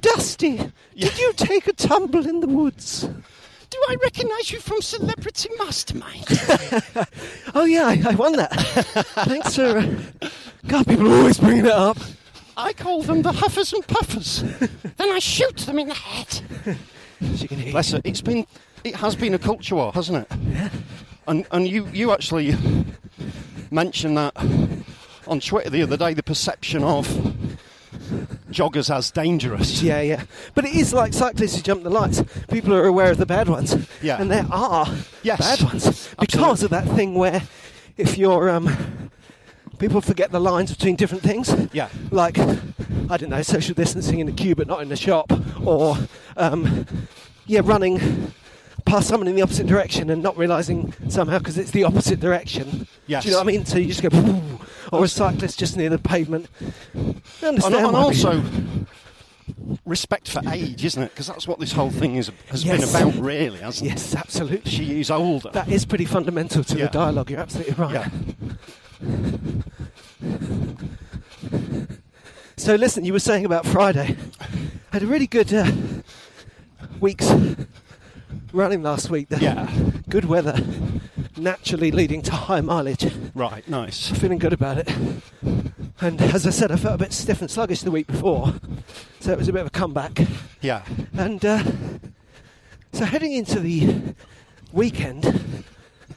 A: dusty. Did you take a tumble in the woods?"
B: Do I recognise you from Celebrity Mastermind?
A: Oh yeah, I, I won that. Thanks for. Uh, God, people are always bringing that up.
B: I call them the huffers and puffers. then I shoot them in the head.
A: She can hear.
B: Bless her. It's been it has been a culture war, hasn't it? Yeah. And and you you actually mentioned that on Twitter the other day. The perception of joggers as dangerous.
A: Yeah, yeah. But it is like cyclists who jump the lights. People are aware of the bad ones.
B: Yeah.
A: And there are
B: Yes.
A: bad ones. Because of that thing where if you're um people forget the lines between different things.
B: Yeah.
A: Like I don't know, social distancing in the queue but not in the shop or um yeah, running past someone in the opposite direction and not realizing somehow because it's the opposite direction.
B: Yes.
A: Do you know what I mean? So you just go "Woo," or a cyclist just near the pavement. I
B: and,
A: understand
B: and
A: why people-
B: also respect for age, isn't it? Because that's what this whole thing is, has
A: Yes.
B: been about, really, hasn't it?
A: Yes, absolutely.
B: She is older.
A: That is pretty fundamental to
B: Yeah.
A: the dialogue. You're absolutely right.
B: yeah.
A: So listen, you were saying about Friday. Had a really good uh, week's running last week. The
B: Yeah.
A: Good weather, naturally leading to high mileage.
B: Right. Nice.
A: Feeling good about it. And as I said, I felt a bit stiff and sluggish the week before, so it was a bit of a comeback.
B: Yeah.
A: And uh, so heading into the weekend,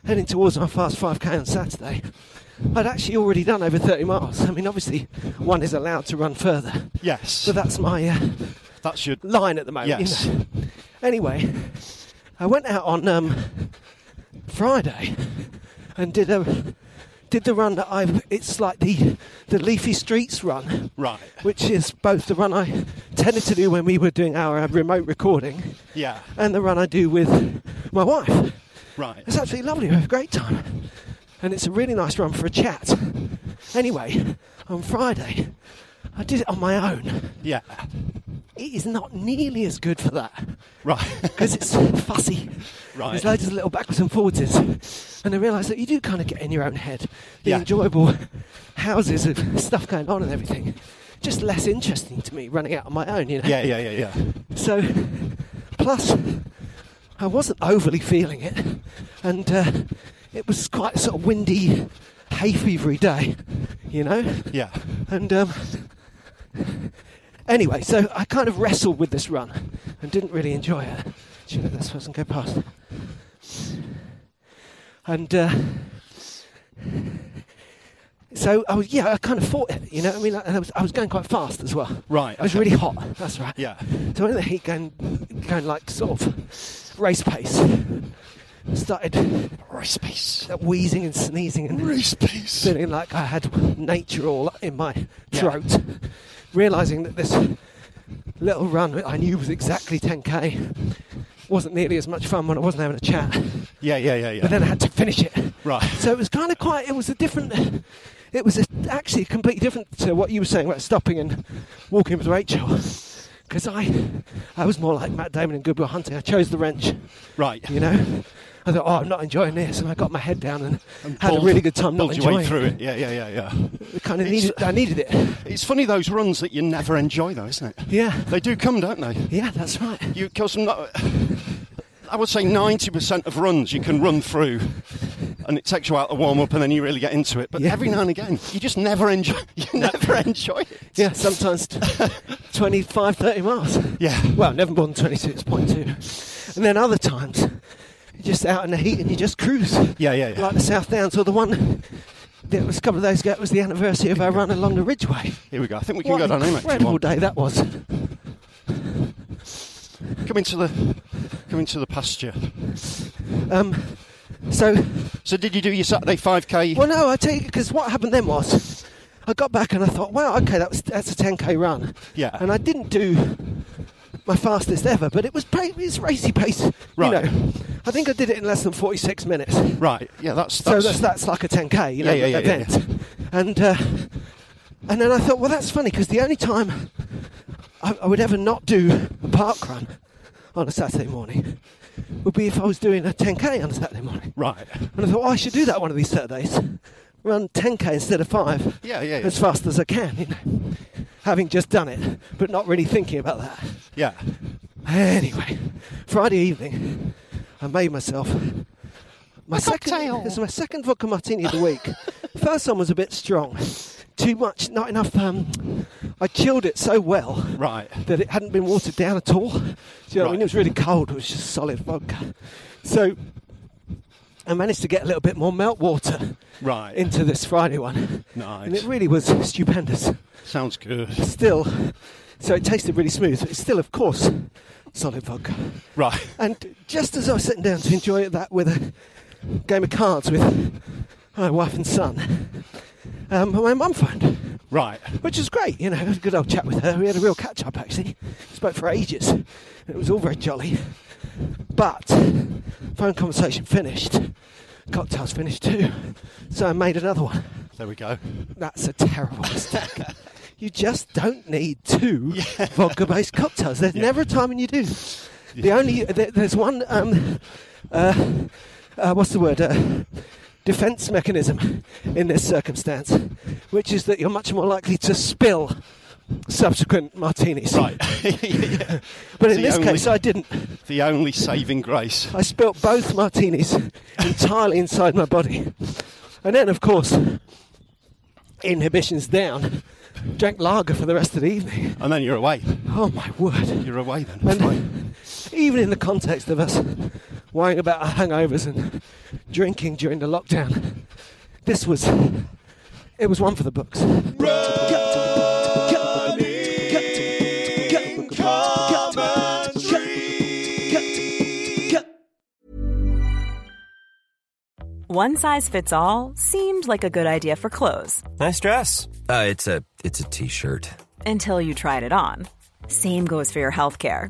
A: heading towards my fast 5k on Saturday, I'd actually already done over 30 miles. I mean, obviously, one is allowed to run further,
B: Yes.
A: but that's my uh,
B: that's your.
A: line at the moment. you
B: Yes.
A: know. Anyway, I went out on um, Friday and did a did the run that I. It's like the the Leafy Streets run,
B: Right.
A: which is both the run I tended to do when we were doing our uh, remote recording,
B: Yeah.
A: and the run I do with my wife.
B: Right.
A: It's absolutely lovely. We have a great time. And it's a really nice run for a chat. Anyway, on Friday, I did it on my own.
B: Yeah.
A: It is not nearly as good for that
B: Right.
A: because it's fussy.
B: Right.
A: There's loads of little backwards and forwards. And I realised that you do kind of get in your own head. The
B: Yeah.
A: enjoyable houses of stuff going on and everything. Just less interesting to me running out on my own, you know?
B: Yeah, yeah, yeah, yeah.
A: So, plus, I wasn't overly feeling it, and uh, it was quite a sort of windy, hay fevery day, you know.
B: Yeah.
A: And um, anyway, so I kind of wrestled with this run and didn't really enjoy it. Should let this person go past. And uh, so I was, yeah, I kind of fought it, you know. what I mean, Like, I was, I was going quite fast as well.
B: Right,
A: I was
B: okay.
A: really hot. That's right.
B: Yeah.
A: So in the heat, going, going like sort of race pace, started uh,
B: Race piece.
A: wheezing and sneezing and
B: Race piece.
A: feeling like I had nature all in my
B: Yeah.
A: throat, realizing that this little run that I knew was exactly 10k wasn't nearly as much fun when I wasn't having a chat.
B: Yeah, yeah, yeah, yeah.
A: But then I had to finish it.
B: Right.
A: So it was kind of quite. It was a different. It was a, actually completely different to what you were saying about stopping and walking with Rachel. Because I, I was more like Matt Damon in Goodwill Hunting. I chose the wrench
B: right.
A: you know. I thought, oh, I'm not enjoying this, and I got my head down and,
B: And
A: had
B: pulled-
A: a really good time not
B: pulled your
A: enjoying
B: way through it. Yeah, yeah, yeah, yeah.
A: it. Kind of
B: It's-
A: needed, I needed it.
B: It's funny those runs that you never enjoy, though, isn't it?
A: Yeah,
B: They do come, don't they?
A: yeah, that's right.
B: You kill some. I would say 90% of runs you can run through, and it takes you out to warm up, and then you really get into it. But
A: Yeah.
B: every now and again, you just never enjoy. You never enjoy it.
A: Yeah, sometimes t- 25, 30 miles.
B: Yeah.
A: Well, never more than 26.2. And then other times, you're just out in the heat and you just cruise.
B: Yeah, yeah, yeah.
A: Like the South Downs, or the one that was a couple of days ago, it was the anniversary of our run along the Ridgeway.
B: Here we go. I think we can
A: What
B: go
A: an
B: down here, mate. if you
A: incredible
B: want.
A: day that was.
B: Come into the, come into the pasture.
A: Um, so
B: So did you do your Saturday 5k?
A: Well, no, I tell you, because what happened then was, I got back and I thought, wow, okay, that was that's a 10k run.
B: Yeah.
A: And I didn't do my fastest ever, but it was pa- it was racy pace.
B: Right.
A: You know, I think I did it in less than 46 minutes.
B: Right. Yeah, that's
A: So
B: that's,
A: that's that's like a 10k, you know,
B: Yeah, yeah, yeah, yeah,
A: event. And uh, and then I thought, well, that's funny because the only time I, I would ever not do a park run on a Saturday morning would be if I was doing a 10k on a Saturday morning.
B: right.
A: And I thought, oh, I should do that one of these Saturdays. Run 10k instead of 5.
B: Yeah, yeah, yeah.
A: As fast as I can, you know. Having just done it, but not really thinking about that.
B: Yeah.
A: Anyway, Friday evening, I made myself my second, it's my second vodka martini of the week. First one was a bit strong. Too much, not enough. Um, I chilled it so well
B: Right.
A: that it hadn't been watered down at all. Do you know what I
B: Right.
A: mean? It was really cold. It was just solid vodka. So I managed to get a little bit more melt water
B: Right.
A: into this Friday one. And
B: nice.
A: it really was stupendous.
B: Sounds good.
A: Still, so it tasted really smooth. It's still, of course, solid vodka.
B: Right.
A: And just as I was sitting down to enjoy that with a game of cards with my wife and son, um, my mum phoned
B: Right.
A: which was great. You know, it was a good old chat with her. We had a real catch up actually. Spoke for ages. It was all very jolly. But phone conversation finished. Cocktails finished too. So I made another one.
B: There we go.
A: That's a terrible mistake. you just don't need two vodka-based cocktails. There's never a time when you do. The only there, there's one. Um, uh, uh, what's the word? Uh, defense mechanism in this circumstance, which is that you're much more likely to spill subsequent martinis.
B: Right. Yeah.
A: But in
B: The
A: this
B: only-
A: case, I didn't.
B: The only saving grace.
A: I spilt both martinis entirely inside my body. And then, of course, inhibitions down, drank lager for the rest of the evening.
B: And then you're away.
A: Oh my word.
B: You're away then. Fine.
A: And even in the context of us worrying about our hangovers and drinking during the lockdown, this was it was one for the books.
C: One size fits all seemed like a good idea for clothes
D: Nice dress. Uh, it's a it's a t-shirt.
C: until you tried it on. Same goes for your healthcare.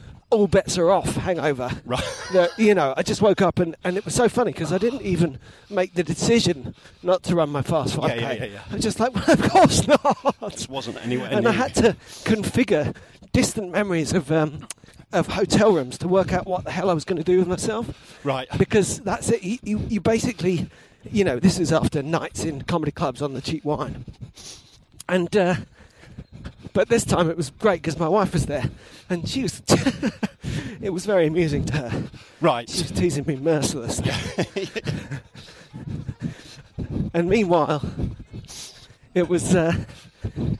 A: all bets are off hangover.
B: Right.
A: That, you know, I just woke up and, and it was so funny because I didn't even make the decision not to run my fast 5K.
B: Yeah, yeah, yeah, yeah.
A: I was just like, well, of course not.
B: wasn't anywhere
A: And I
B: near.
A: had to configure distant memories of um, of hotel rooms to work out what the hell I was going to do with myself.
B: Right.
A: Because that's it. You, you, you basically, you know, this is after nights in comedy clubs on the cheap wine. And, uh, but this time it was great because my wife was there and she was, it was very amusing to her. She was
B: Right.
A: teasing me mercilessly. and meanwhile, it was. Uh,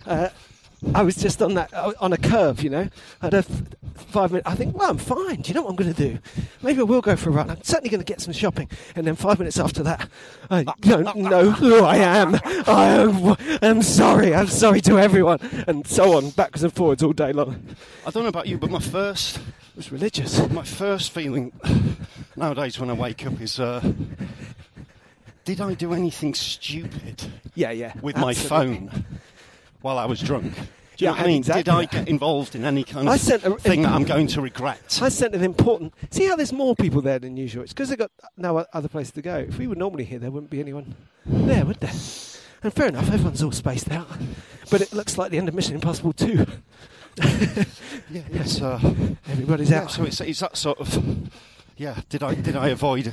A: uh, I was just on that uh, on a curve, you know. I had a f- five minute. I think, well, I'm fine. Do you know what I'm going to do? Maybe I will go for a run. I'm certainly going to get some shopping. And then five minutes after that, I don't know who I am. I am. I'm sorry. I'm sorry to everyone, and so on, backwards and forwards all day long.
B: I don't know about you, but my first
A: It was religious.
B: my first feeling nowadays when I wake up is, uh, did I do anything stupid
A: Yeah, yeah.
B: with
A: Absolutely.
B: my phone while I was drunk? Do
A: Yeah,
B: you
A: I
B: know what I
A: had
B: mean?
A: exactly
B: Did I
A: that.
B: get involved in any kind of
A: I sent a-
B: thing that I'm going to regret?
A: I sent an important. See how there's more people there than usual. It's because they got no o- other place to go. If we were normally here, there wouldn't be anyone there, would there? And fair enough, everyone's all spaced out. But it looks like the end of Mission Impossible 2.
B: yeah, it's, uh,
A: Everybody's
B: Yeah,
A: out.
B: so it's, it's that sort of. Yeah, did I did I avoid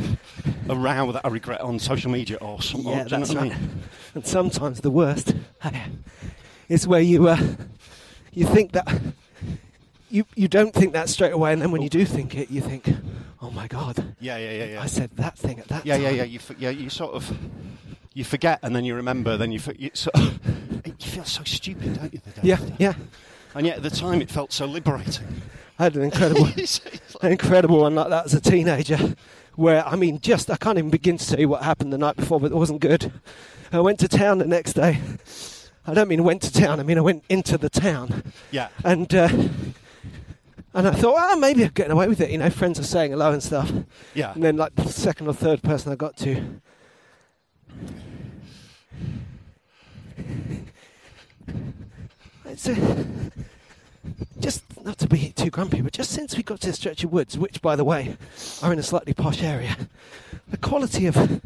B: a row that I regret on social media or something?
A: yeah,
B: Do you know
A: that's
B: what I
A: right.
B: mean?
A: And sometimes the worst is where you uh, you think that you you don't think that straight away, and then when you do think it, you think, oh my god,
B: Yeah, yeah, yeah, yeah.
A: I said that thing at that
B: yeah,
A: time.
B: yeah, yeah. You for, yeah, you sort of you forget and then you remember, then you for, you, sort of, you feel so stupid, don't you? The day
A: yeah,
B: after?
A: yeah.
B: And yet at the time it felt so liberating.
A: I had an incredible.
B: It's- it's like-
A: an incredible one like that as a teenager, where I mean, just I can't even begin to tell you what happened the night before, but it wasn't good. I went to town the next day. I don't mean went to town. I mean I went into the town,
B: yeah,
A: and uh, and I thought, ah, maybe I'm getting away with it. You know, friends are saying hello and stuff.
B: yeah.
A: And then like the second or third person I got to. It's a, just not to be too grumpy, but just since we got to the stretch of woods, which by the way are in a slightly posh area, the quality of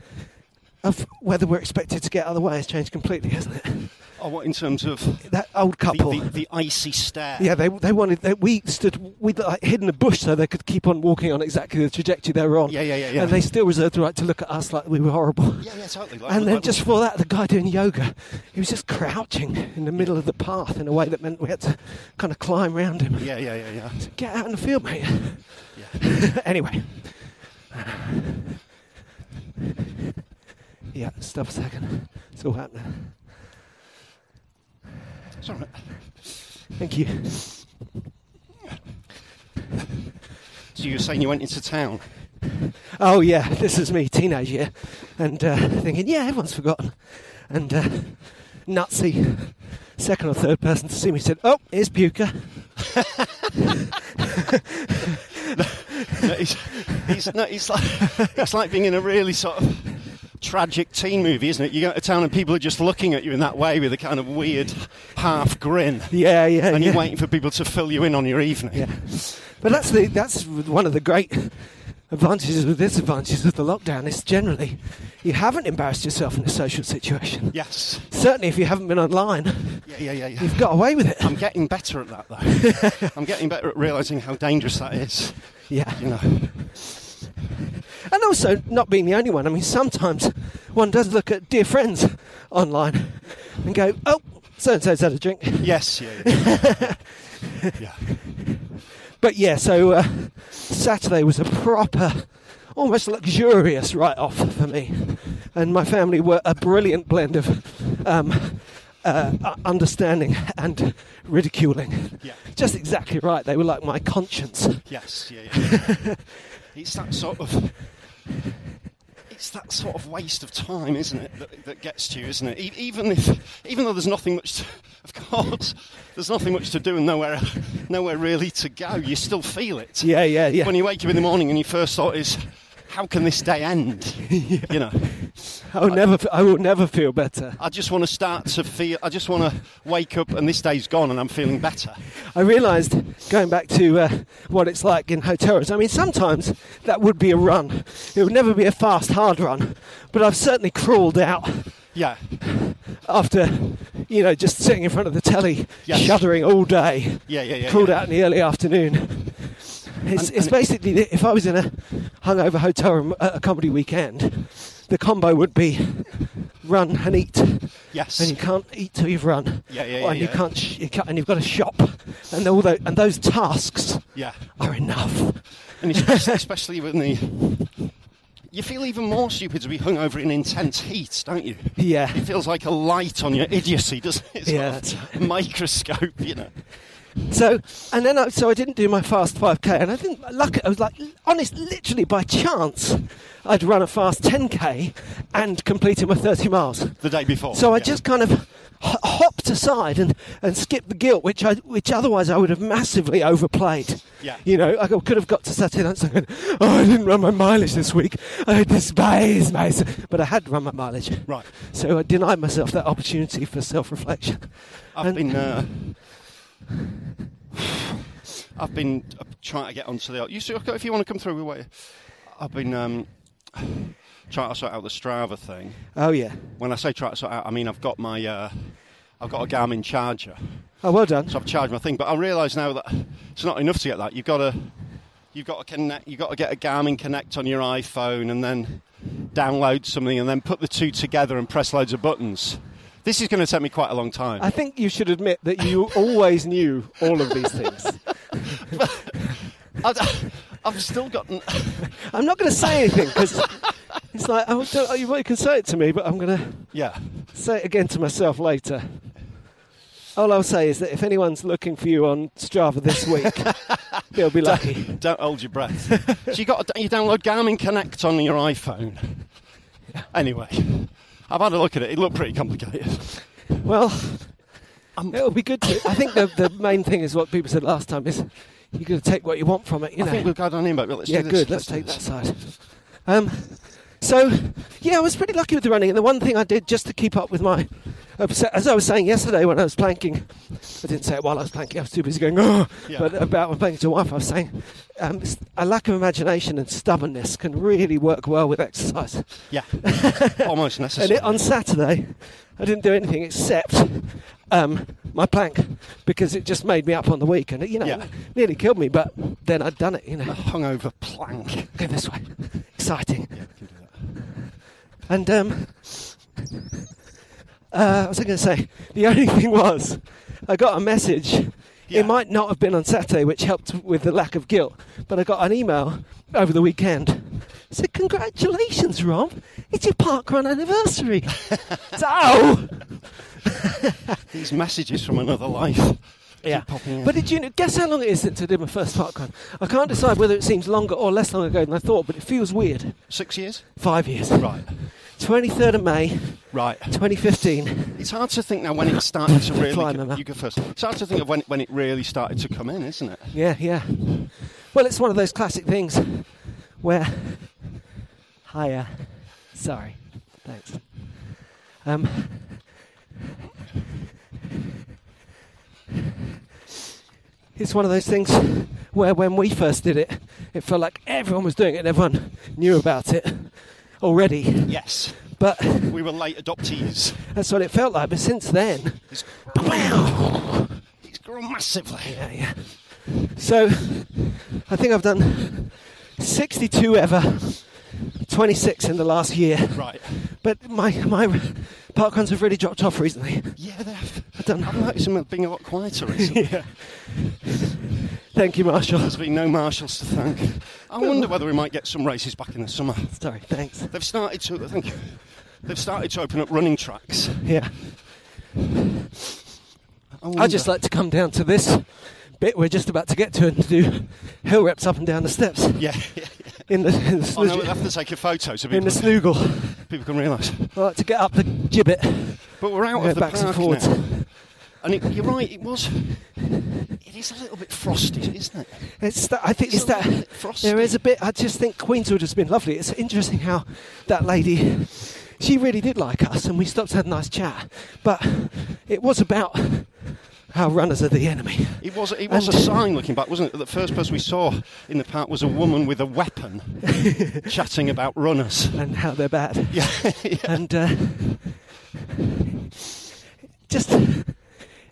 A: of whether we're expected to get other way has changed completely, hasn't it?
B: Oh, what in terms of
A: That old couple.
B: The, the, the icy stare?
A: yeah, they, they wanted. They, we stood. We like, hid in a bush so they could keep on walking on exactly the trajectory they were on.
B: Yeah, yeah, yeah, yeah.
A: And they still reserved the right to look at us like we were horrible.
B: yeah, yeah, totally. Like,
A: And then
B: like-
A: just for that, the guy doing yoga, he was just crouching in the middle of the path in a way that meant we had to kind of climb round him.
B: yeah, yeah, yeah, yeah.
A: Get out in the field, mate. anyway. Yeah, stop a second. It's all happening.
B: It's all right.
A: Thank you.
B: So you were saying you went into town?
A: Oh yeah, this is me, teenage year, and uh, thinking, yeah, everyone's forgotten, and uh, nutsy, second or third person to see me said, oh, here's Puka.
B: No, it's, it's, no, it's like it's like being in a really sort of tragic teen movie, isn't it? You go to town and people are just looking at you in that way with a kind of weird half grin,
A: Yeah, yeah,
B: and
A: yeah.
B: you're waiting for people to fill you in on your evening.
A: Yeah, but that's the that's one of the great advantages and disadvantages of the lockdown is generally you haven't embarrassed yourself in a social situation.
B: Yes.
A: Certainly, if you haven't been online,
B: Yeah, yeah, yeah, yeah.
A: you've got away with it.
B: I'm getting better at that though. I'm getting better at realizing how dangerous that is.
A: yeah,
B: You know.
A: and also not being the only one. I mean, sometimes one does look at dear friends online and go, "Oh, so and so's had a drink."
B: Yes. Yeah. Yeah. yeah.
A: But yeah, so uh, Saturday was a proper, almost luxurious write off for me. And my family were a brilliant blend of um, uh, u- understanding and ridiculing.
B: Yeah.
A: Just exactly right. They were like my conscience.
B: Yes, yeah, yeah. it's that sort of. It's that sort of waste of time, isn't it, that, that gets to you, isn't it? E- even if, even though there's nothing much, to, of course, there's nothing much to do and nowhere, nowhere really to go. You still feel it.
A: Yeah, yeah, yeah.
B: When you wake up in the morning and your first thought is, "How can this day end?" You know,
A: I'll never, f- I will never feel better.
B: I just want to start to feel. I just want to wake up and this day's gone and I'm feeling better.
A: I realised going back to uh, what it's like in hotels. I mean, sometimes that would be a run. It would never be a fast, hard run. But I've certainly crawled out
B: Yeah,
A: after you know just sitting in front of the telly
B: Yes.
A: shuddering all day
B: yeah, yeah, yeah.
A: crawled
B: yeah.
A: out in the early afternoon it's,
B: And-
A: it's
B: and-
A: basically the- if i was in a hungover hotel room at a comedy weekend the combo would be run and eat and
B: Yes.
A: you can't eat till you've run
B: Yeah, yeah, yeah,
A: and you
B: yeah.
A: can't sh- you can't, and you've got to shop and all those and those tasks
B: yeah.
A: are enough
B: And especially, especially when the. You feel even more stupid to be hungover in intense heat, don't you?
A: yeah
B: It feels like a light on your idiocy, doesn't it? It's
A: Yeah.
B: like a microscope, you know.
A: So and then I, so I didn't do my fast 5k, and I didn't luck. I was like, honest, literally by chance, I'd run a fast 10k and completed my 30 miles.
B: The day before.
A: So I
B: yeah.
A: just kind of h- hopped aside and, and skipped the guilt, which I which otherwise I would have massively overplayed.
B: Yeah.
A: You know, I could have got to Saturday night saying, "Oh, I didn't run my mileage this week. I despise myself," but I had run my mileage.
B: Right.
A: So I denied myself that opportunity for self-reflection.
B: I've
A: and-
B: been. Uh, I've been uh, trying to get onto the. You see, okay, if you want to come through, we'll wait. I've been um, trying to sort out the Strava thing.
A: Oh yeah.
B: When I say try to sort out, I mean I've got my. Uh, I've got a Garmin charger.
A: Oh, well done.
B: So I've charged my thing, but I realise now that it's not enough to get that. You've got to, you've got to connect. You've got to get a Garmin Connect on your iPhone, and then download something, and then put the two together and press loads of buttons. This is going to take me quite a long time.
A: I think you should admit that you always knew all of these things.
B: I, I've still got.
A: I'm not going to say anything because it's like, oh, don't, oh, you you can say it to me, but I'm going to
B: Yeah,
A: say it again to myself later. All I'll say is that if anyone's looking for you on Strava this week, they'll be lucky.
B: don't hold your breath. so you got to, you download Garmin Connect on your iPhone. Anyway, I've had a look at it. It looked pretty complicated.
A: Well,
B: Um,
A: it'll be good. To, I think the, the main thing is what people said last time is you're going to take what you want from it. You
B: I
A: know.
B: think we'll go down in, but let's
A: yeah,
B: do this.
A: good. Let's,
B: do
A: take
B: this.
A: that side. Um, so, yeah, I was pretty lucky with the running, and the one thing I did just to keep up with my upset. As I was saying yesterday when I was planking, I didn't say it while I was planking. I was too busy going, oh,
B: Yeah.
A: but about my planking to my wife, I was saying um, s- a lack of imagination and stubbornness can really work well with exercise.
B: Yeah, almost
A: And
B: necessary.
A: it, on Saturday, I didn't do anything except um, my plank because it just made me up on the week, and it, you know,
B: Yeah.
A: nearly killed me. But then I'd done it. You know,
B: hungover plank.
A: go this way, exciting.
B: Yeah, we can do that.
A: And um, uh, what was I going to say? The only thing was, I got a message.
B: Yeah.
A: It might not have been on Saturday, which helped with the lack of guilt, but I got an email over the weekend. It said, Congratulations, Rob. It's your parkrun anniversary. so, oh!
B: These messages from another life.
A: yeah.
B: popping in.
A: But did you know, guess how long it is since I did my first parkrun? I can't decide whether it seems longer or less long ago than I thought, but it feels weird.
B: Six years?
A: Five years.
B: Right,
A: 23rd of May,
B: right.
A: 2015.
B: It's hard to think now when it started to really.
A: Fly,
B: co-
A: Mama.
B: you go first. It's hard to think of when, when it really started to come in, isn't it?
A: Yeah, yeah. Well, it's one of those classic things where. Hiya. Sorry. Thanks. Um. It's one of those things where when we first did it, it felt like everyone was doing it and everyone knew about it already.
B: Yes,
A: But
B: we were late adoptees.
A: that's what it felt like. But since then,
B: It's grown, it's grown massively.
A: Yeah, yeah. So, I think I've done 62 ever, 26 in the last year.
B: Right.
A: But my my parkruns have really dropped off recently.
B: Yeah, they've.
A: I don't
B: I've
A: know.
B: noticed them being a lot quieter recently.
A: Thank you, Marshall.
B: There's been no marshals to thank. I wonder whether we might get some races back in the summer.
A: Sorry, thanks.
B: They've started to. Thank you. They've started to open up running tracks.
A: Yeah.
B: wonder-
A: I'd just like to come down to this bit we're just about to get to and do hill reps up and down the steps
B: Yeah.
A: in the, in the,
B: oh, no,
A: slooge-
B: we'll have to take a photo so
A: in
B: people,
A: the snoogle.
B: people can realise.
A: I like to get up the gibbet,
B: But we're out
A: go
B: of the
A: backs and
B: park
A: forwards.
B: now. And it, you're right, it was. It is a little bit frosty, isn't it?
A: It's that, I think it's,
B: It's a
A: that
B: little bit frosty.
A: there is a bit. I just think Queenswood has been lovely. It's interesting how that lady, she really did like us, and we stopped and had a nice chat. But it was about how runners are the enemy.
B: It was. It was
A: And-
B: a sign looking back, wasn't it? The first person we saw in the park was a woman with a weapon, chatting about runners.
A: and how they're bad.
B: Yeah,
A: And uh, just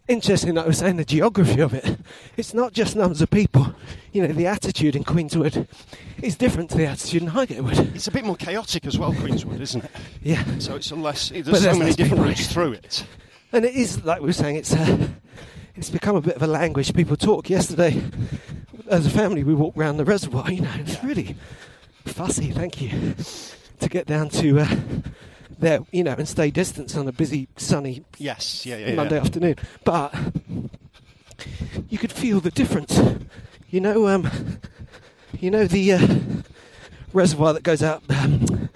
A: interesting that I was saying the geography of it. It's not just numbers of people. You know, the attitude in Queenswood is different to the attitude in Highgatewood.
B: It's a bit more chaotic as well, Queenswood, isn't it?
A: Yeah.
B: So it's a less. There's
A: there's
B: so many
A: less
B: different
A: people.
B: routes through it.
A: And it is like we were saying, it's uh, it's become a bit of a language people talk. Yesterday, as a family, we walked round the reservoir. You know, it's really fussy. Thank you to get down to uh, there, you know, and stay distance on a busy, sunny
B: Yes. Yeah. Yeah.
A: Monday
B: yeah.
A: afternoon. But you could feel the difference. You know, um, you know the uh, reservoir that goes out um,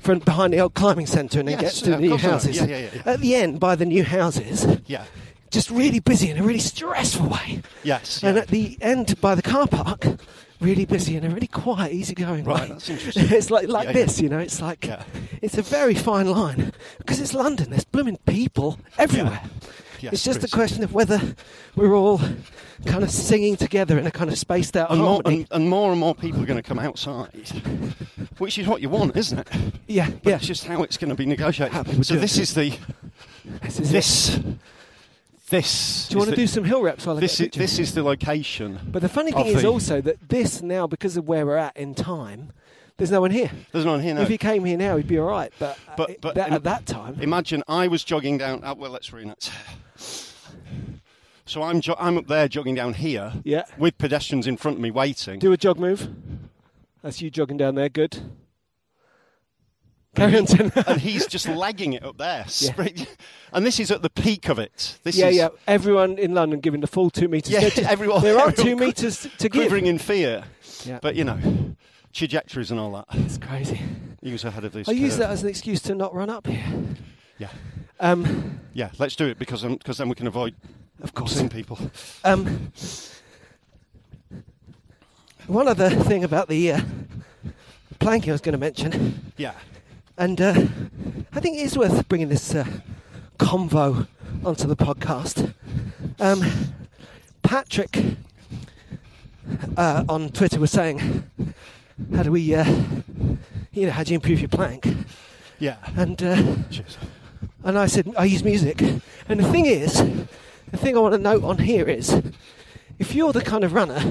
A: from behind the old climbing centre and then
B: Yes,
A: gets to the
B: yeah, of
A: new
B: course I know.
A: houses.
B: Yeah, yeah, yeah, yeah.
A: At the end, by the new houses,
B: Yeah.
A: just really busy in a really stressful way.
B: Yes.
A: And
B: yeah.
A: at the end, by the car park, really busy in a really quiet, easygoing
B: Right,
A: way.
B: that's interesting.
A: it's like like
B: Yeah,
A: this,
B: yeah.
A: you know. It's like
B: Yeah.
A: it's a very fine line because it's London. There's blooming people everywhere.
B: Yes,
A: it's just
B: there
A: a
B: is.
A: question of whether we're all kind of singing together in a kind of spaced out
B: and more,
A: harmony.
B: and, and more and more people are going to come outside, which is what you want, isn't it?
A: yeah,
B: But
A: yeah.
B: It's just how it's going to be
A: How
B: negotiated.
A: people
B: So
A: do it.
B: this is the
A: this. Is it.
B: this this.
A: Do you want
B: is
A: to do
B: the-
A: some hill reps while I
B: This
A: get a
B: is,
A: picture?
B: this is the location.
A: But the funny
B: of
A: thing is
B: the-
A: also that this now, because of where we're at in time, there's no one here.
B: there's no one here now.
A: If he came here now, he'd be all right. But, uh,
B: But-
A: it-
B: but
A: that,
B: in-
A: at that time,
B: Imagine I was jogging down. Oh, well, let's reenact. So I'm jo- I'm up there jogging down here.
A: Yeah.
B: With pedestrians in front of me waiting.
A: do a jog move. That's you jogging down there. Good. Carry on, Tim.
B: and he's just lagging it up there.
A: Yeah.
B: Spring- And this is at the peak of it. This
A: yeah,
B: is
A: yeah. Everyone in London giving the full two meters.
B: Yeah,
A: They're just-
B: everyone-
A: There are
B: everyone
A: two
B: qui-
A: meters to give.
B: quivering in fear.
A: Yeah.
B: But you know, trajectories and all that.
A: It's crazy.
B: He was ahead of this.
A: I use
B: curve.
A: that as an excuse to not run up here.
B: Yeah,
A: Um,
B: yeah. Let's do it because because then we can avoid
A: of course.
B: seeing people.
A: Um, one other thing about the uh, planking I was going to mention.
B: Yeah.
A: And uh, I think it is worth bringing this uh, convo onto the podcast. Um, Patrick uh, on Twitter was saying, "How do we, uh, you know, how do you improve your plank?"
B: Yeah.
A: And uh,
B: Cheers.
A: and I said, I use music. And the thing is, the thing I want to note on here is if you're the kind of runner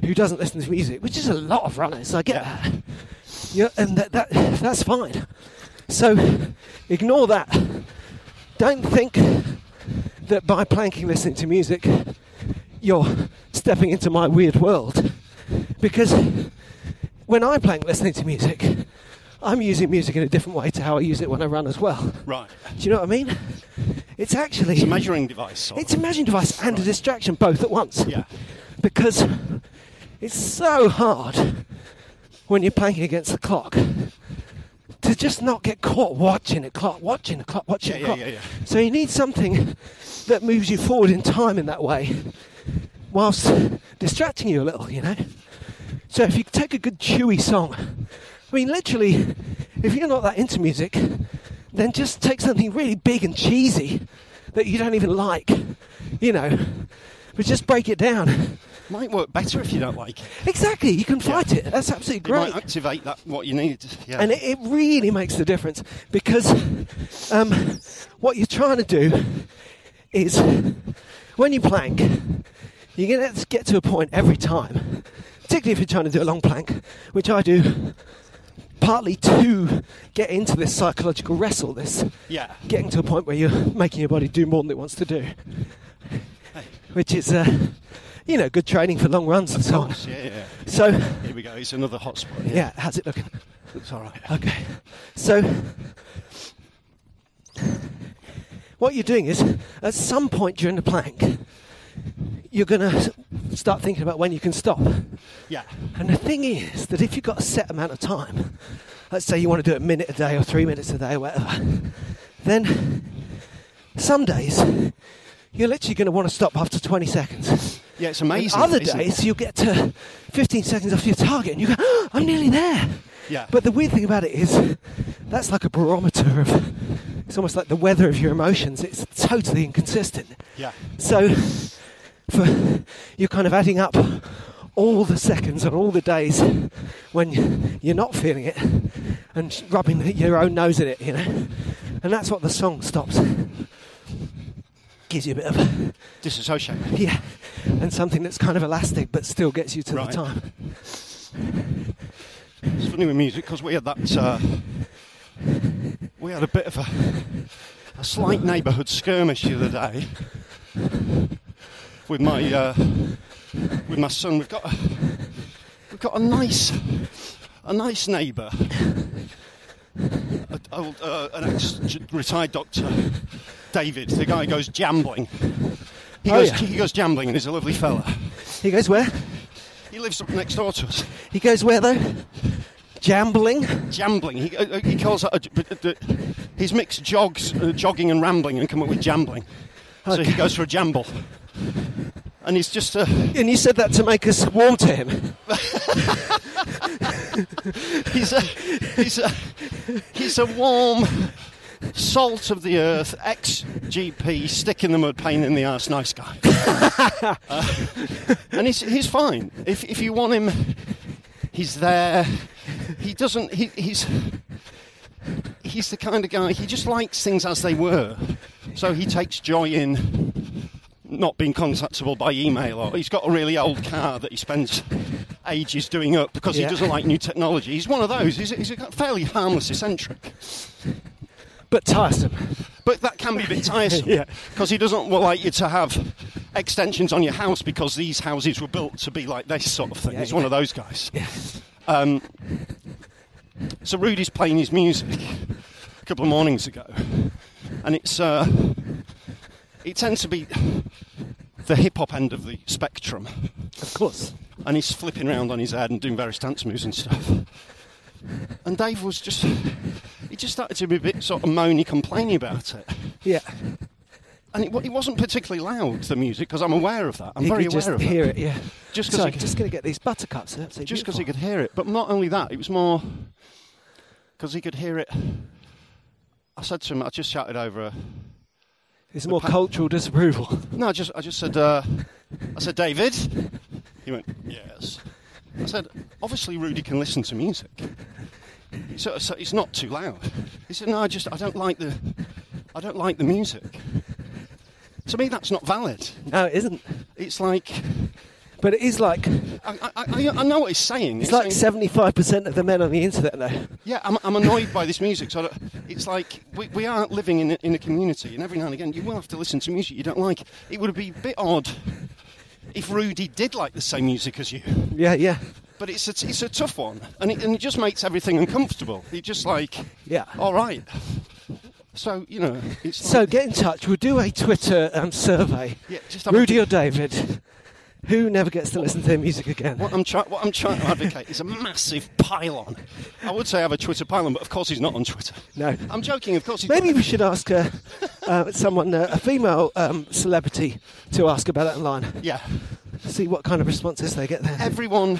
A: who doesn't listen to music, which is a lot of runners, I get
B: Yeah.
A: that. Yeah, and that, that that's fine. So ignore that. Don't think that by planking listening to music, you're stepping into my weird world. Because when I plank listening to music, I'm using music in a different way to how I use it when I run as well.
B: Right.
A: Do you know what I mean? It's actually
B: It's a measuring device. sort of.
A: it's a measuring device and a distraction both at once.
B: Yeah.
A: Because it's so hard when you're planking against the clock to just not get caught watching a clock, watching a clock, watching a
B: Yeah, yeah,
A: clock.
B: yeah, yeah.
A: So you need something that moves you forward in time in that way, whilst distracting you a little, you know. So if you take a good chewy song, I mean, literally, if you're not that into music, then just take something really big and cheesy that you don't even like, you know, but just break it down.
B: Might work better if you don't like it.
A: Exactly, you can fight it. That's absolutely
B: You
A: great
B: might activate that what you need. Yeah.
A: and it, it really makes the difference because um, what you're trying to do is when you plank, you're going to get to a point every time, particularly if you're trying to do a long plank, which I do partly to get into this psychological wrestle, this
B: Yeah.
A: getting to a point where you're making your body do more than it wants to do, which is, uh, you know, good training for long runs and so on.
B: Yeah, yeah,
A: So,
B: yeah. Here we go. It's another hot spot. Yeah.
A: yeah, how's it looking?
B: It's all right.
A: Okay. So, what you're doing is, at some point during the plank, you're going to start thinking about when you can stop.
B: Yeah.
A: And the thing is that if you've got a set amount of time, let's say you want to do a minute a day or three minutes a day or whatever, then some days you're literally going to want to stop after 20 seconds.
B: Yeah, it's
A: And
B: amazing.
A: other
B: isn't it?
A: days you'll get to 15 seconds off your target and you go, "Oh, I'm nearly there.
B: Yeah.
A: But the weird thing about it is that's like a barometer of it's almost like the weather of your emotions. It's totally inconsistent.
B: Yeah.
A: So for you're kind of adding up all the seconds and all the days when you're not feeling it and rubbing your own nose in it, you know. And that's what the song stops. Gives you a bit of
B: Disassociate.
A: yeah, and something that's kind of elastic but still gets you to
B: Right.
A: the time.
B: It's funny with music because we had that. Uh, we had a bit of a, a slight neighbourhood skirmish the other day with my uh, with my son. We've got a, we've got a nice a nice neighbour, a, old, uh, an ex retired doctor, David. The guy goes jambling. He
A: Oh,
B: goes
A: yeah.
B: he goes jambling, and he's a lovely fella.
A: He goes where?
B: He lives up next door to us.
A: He goes where though? Jambling.
B: jambling. He, uh, uh, he calls it. A, j- but, uh, he's mixed jogs, uh, jogging and rambling, and come up with jambling. So he goes for a jamble, and he's just uh,
A: And you said that to make us warm to him.
B: he's a he's a he's a warm salt of the earth ex GP stick in the mud pain in the ass nice guy, Uh, and he's he's fine. If if you want him, he's there. He doesn't. He, he's he's the kind of guy. He just likes things as they were, so he takes joy in. Not being contactable by email, or he's got a really old car that he spends ages doing up because
A: Yeah.
B: he doesn't like new technology. He's one of those. He's, a- he's a fairly harmless eccentric.
A: But tiresome.
B: But that can be a bit tiresome
A: Yeah.
B: because he doesn't wa- like you to have extensions on your house because these houses were built to be like this sort of thing.
A: Yeah,
B: He's
A: yeah.
B: one of those guys. Um, so Rudy's playing his music a couple of mornings ago, and it's uh, it tends to be the hip hop end of the spectrum,
A: Of course.
B: and he's flipping around on his head and doing various dance moves and stuff. And Dave was just he just started to be a bit sort of moany, complaining about it
A: Yeah.
B: and it, wa- it wasn't particularly loud the music because I'm aware of that. I'm very
A: could
B: aware
A: just
B: of
A: hear
B: that.
A: it. Yeah.
B: Just 'cause
A: so
B: he
A: I'm
B: could-
A: just going to get these buttercups. They're absolutely
B: Just because he could
A: beautiful.
B: hear it, but not only that, it was more because he could hear it. I said to him, I just shouted over a,
A: It's more cultural disapproval.
B: No, I just I just said uh, I said David. He went yes. I said obviously Rudy can listen to music, so, so it's not too loud. He said no, I just I don't like the I don't like the music. To me, that's not valid.
A: No, it isn't.
B: It's like
A: But it is like
B: I, I, I, I know what he's saying.
A: it's like
B: saying-
A: seventy-five percent of the men on the internet now.
B: Yeah, I'm, I'm annoyed by this music. So I don't- it's like we, we are living in a, in a community, and every now and again you will have to listen to music you don't like. It would be a bit odd if Rudy did like the same music as you,
A: Yeah, yeah,
B: but it's a, it's a tough one, and it, and it just makes everything uncomfortable. It's just like,
A: yeah.
B: all right. So you know, it's
A: So
B: like-
A: get in touch. We'll do a Twitter um, survey.
B: yeah, just have a-
A: Rudy or David, who never gets to listen to their music again?
B: What I'm, try- what I'm trying to advocate is a massive pylon. I would say I have a Twitter pylon, but of course he's not on Twitter.
A: No.
B: I'm joking, of course he's
A: Maybe
B: not.
A: we should ask uh, uh, someone, uh, a female um, celebrity, to ask about it online.
B: Yeah.
A: See what kind of responses they get there.
B: everyone,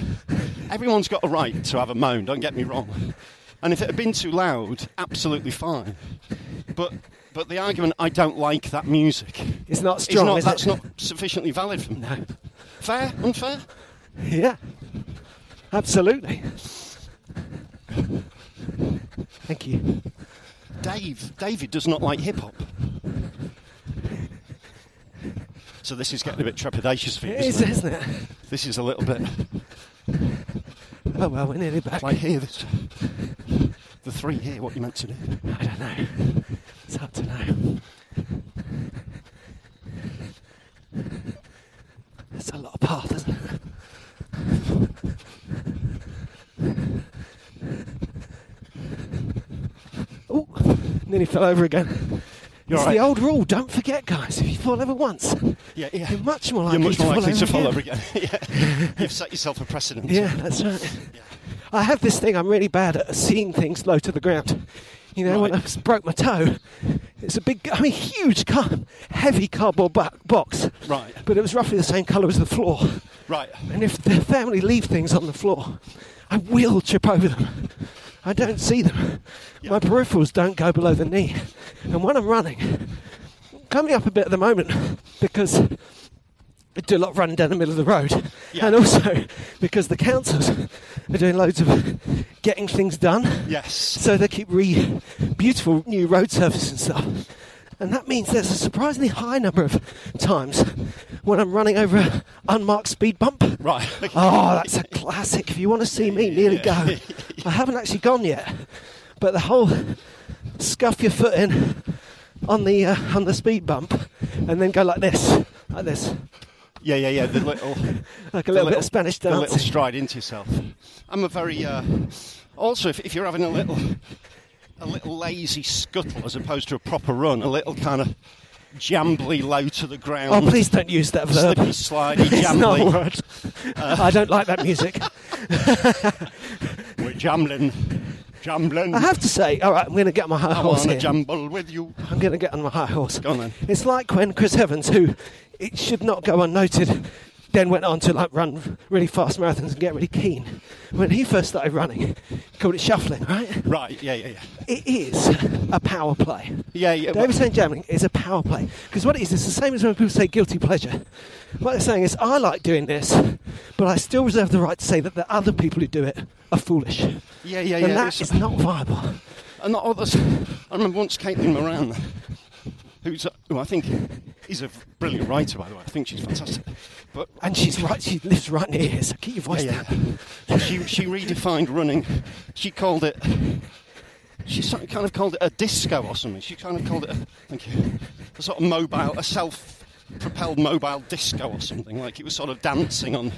B: everyone's got a right to have a moan. Don't get me wrong. And if it had been too loud, absolutely fine. But but the argument I don't like that music.
A: It's not
B: It's
A: strong.
B: not,
A: is
B: that's
A: it?
B: not sufficiently valid for me.
A: No.
B: Fair? Unfair?
A: Yeah. Absolutely. Thank you.
B: Dave. David does not like hip hop. So this is getting a bit trepidatious for you.
A: It is,
B: Isn't it?
A: isn't it?
B: This is a little bit
A: Oh well, we're nearly back.
B: like here. This, the three here. What you meant to do?
A: I don't know. It's hard to know. That's a lot of path, isn't it? Oh, nearly fell over again.
B: You're
A: it's
B: all right.
A: the old rule. Don't forget, guys. If you fall over once,
B: Yeah, yeah.
A: you're much more likely,
B: You're much more likely to fall
A: again.
B: over again. yeah. You've set yourself a precedent.
A: Yeah, that's right. I have this thing, I'm really bad at seeing things low to the ground. You know, when I
B: Right.
A: s- broke my toe, it's a big, I mean, huge, car, heavy cardboard bo- box.
B: Right.
A: But it was roughly the same colour as the floor.
B: Right.
A: And if the family leave things on the floor, I will trip over them. I don't see them. My peripherals don't go below the knee. And when I'm running, coming up a bit at the moment because I do a lot of running down the middle of the road.
B: Yeah.
A: And also because the councils are doing loads of getting things done.
B: Yes.
A: So they keep re beautiful new road surface and stuff. And that means there's a surprisingly high number of times when I'm running over an unmarked speed bump.
B: Right.
A: Oh, that's a classic. If you want to see me nearly go, I haven't actually gone yet. But the whole scuff your foot in on the uh, on the speed bump and then go like this, like this,
B: Yeah, yeah, yeah. The little,
A: like a
B: the
A: little, bit of Spanish
B: the
A: dancing.
B: little stride into yourself. I'm a very. Uh, also, if, if you're having a little, a little lazy scuttle as opposed to a proper run, a little kind of jambly low to the
A: Oh,
B: ground,
A: please don't use that verb.
B: slippy, slidey,
A: It's not a
B: jambly.
A: word. I don't like that music.
B: We're jambling, jambling.
A: I have to say, all right, I'm going to get on my high
B: I
A: horse
B: want to
A: here.
B: jumble with you.
A: I'm going to get on my high horse.
B: Go on then.
A: It's like when Chris Evans, who it should not go unnoted, then went on to like run really fast marathons and get really keen. When he first started running, he called it shuffling, right?
B: Right. Yeah, yeah, yeah.
A: It is a power play.
B: Yeah, yeah.
A: David St. Jamming is a power play. Because what it is, it's the same as when people say guilty pleasure. What they're saying is, I like doing this, but I still reserve the right to say that the other people who do it are foolish.
B: Yeah, yeah, yeah.
A: and that
B: it's-
A: is not viable.
B: And not others. I remember once Caitlin Moran, who's who I think is a brilliant writer, by the way. I think she's fantastic. But
A: And she's right, she lives right near here, so keep your voice
B: yeah,
A: down.
B: yeah. she she redefined running. She called it. She sort of kind of called it a disco or something. She kind of called it a, thank you, a sort of mobile, a self-propelled mobile disco or something. Like it was sort of dancing on,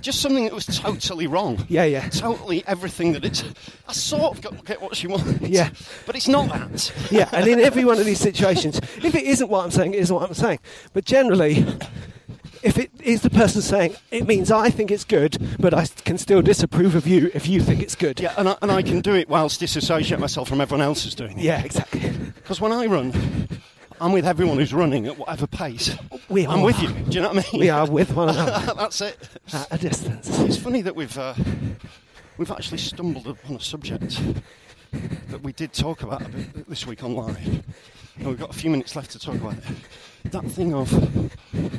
B: just something that was totally wrong.
A: Yeah, yeah.
B: Totally everything that it's. I sort of got, get what she wants.
A: Yeah.
B: but it's not that.
A: yeah, and in every one of these situations, if it isn't what I'm saying, it isn't what I'm saying. But generally, if it is the person saying, it means I think it's good, but I can still disapprove of you if you think it's good.
B: Yeah, and I, and I can do it whilst disassociate myself from everyone else who's doing it.
A: Yeah, exactly.
B: Because when I run, I'm with everyone who's running at whatever pace.
A: We
B: I'm
A: are.
B: with you. Do you know what I mean?
A: We are Uh, with one another
B: That's it.
A: at a distance.
B: It's funny that we've uh, we've actually stumbled upon a subject that we did talk about a bit this week online. Now, we've got a few minutes left to talk about it. That thing of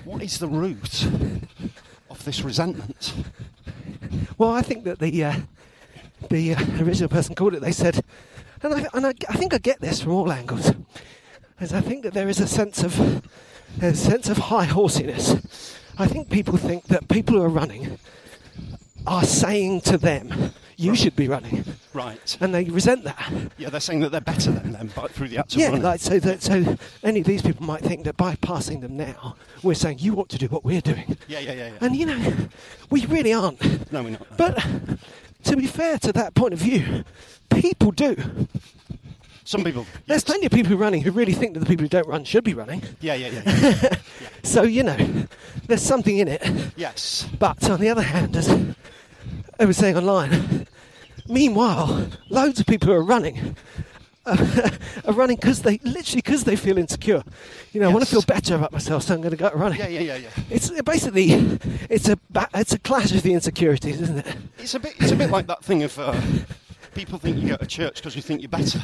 B: what is the root of this resentment?
A: Well, I think that the uh, the uh, original person called it. They said, and I and I, I think I get this from all angles. Is I think that there is a sense of a sense of high horsiness. I think people think that people who are running are saying to them, "You should be running,"
B: Right.
A: and they resent that.
B: Yeah, they're saying that they're better than them but through the act of
A: yeah,
B: running.
A: like so that so any of these people might think that by passing them now, we're saying you ought to do what we're doing.
B: yeah, yeah, yeah. yeah.
A: And you know, we really aren't.
B: no, uh, we're not.
A: But to be fair to that point of view, people do.
B: Some people.
A: There's plenty of people running who really think that the people who don't run should be running.
B: Yeah, yeah, yeah. yeah.
A: So, you know, there's something in it.
B: yes.
A: But on the other hand, as I was saying online, meanwhile, loads of people who are running are, are running because they literally because they feel insecure. You know, I want to
B: Yes.
A: feel better about myself, so I'm going to go out running.
B: Yeah, yeah, yeah, yeah.
A: It's basically it's a ba- it's a clash of the insecurities, isn't it?
B: It's a bit. It's a bit like that thing of uh, people think you go to church because you think you're better.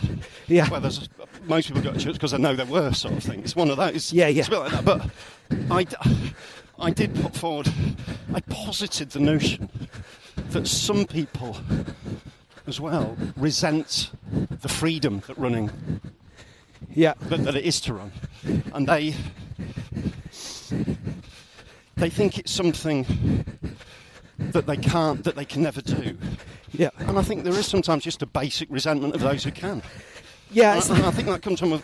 A: Yeah.
B: Well, there's most people go to church because they know they're worse, sort of thing. It's one of those.
A: Yeah, yeah.
B: It's a bit like that. But I, d- I did put forward. I posited the notion that some people, as well, resent the freedom that running
A: Yeah.
B: that, that it is to run, and they they think it's something that they can't, that they can never do.
A: Yeah.
B: And I think there is sometimes just a basic resentment of those who can.
A: Yeah.
B: And
A: it's-
B: I, and I think that comes from a,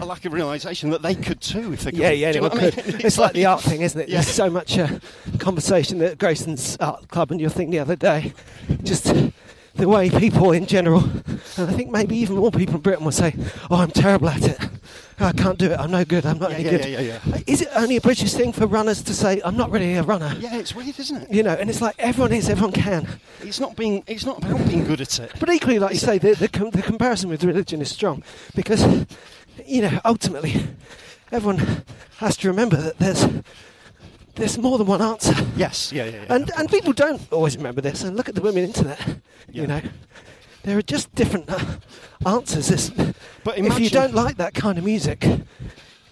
B: a lack of realization that they could too if they could.
A: Yeah, yeah,
B: Do you know
A: anyone
B: what I
A: could.
B: mean?
A: It's like the art thing, isn't it?
B: Yeah.
A: There's so much uh, conversation at Grayson's Art Club and your thing the other day. Just the way people in general, and I think maybe even more people in Britain will say, oh, I'm terrible at it. I can't do it. I'm no good. I'm not
B: Yeah,
A: any
B: yeah,
A: good.
B: yeah, yeah, yeah.
A: Is it only a British thing for runners to say, I'm not really a runner?
B: Yeah, it's weird, isn't it?
A: You know, and it's like everyone is, everyone can.
B: It's not being. It's not about being good at it.
A: But equally, like you say, the, the, com- the comparison with religion is strong because, you know, ultimately, everyone has to remember that there's there's more than one answer.
B: Yes. Yeah. Yeah. yeah
A: And, and people don't always remember this. And look at the women internet,
B: Yeah.
A: you know. There are just different uh, answers. It's,
B: But
A: if you
B: imagine-
A: don't like that kind of music,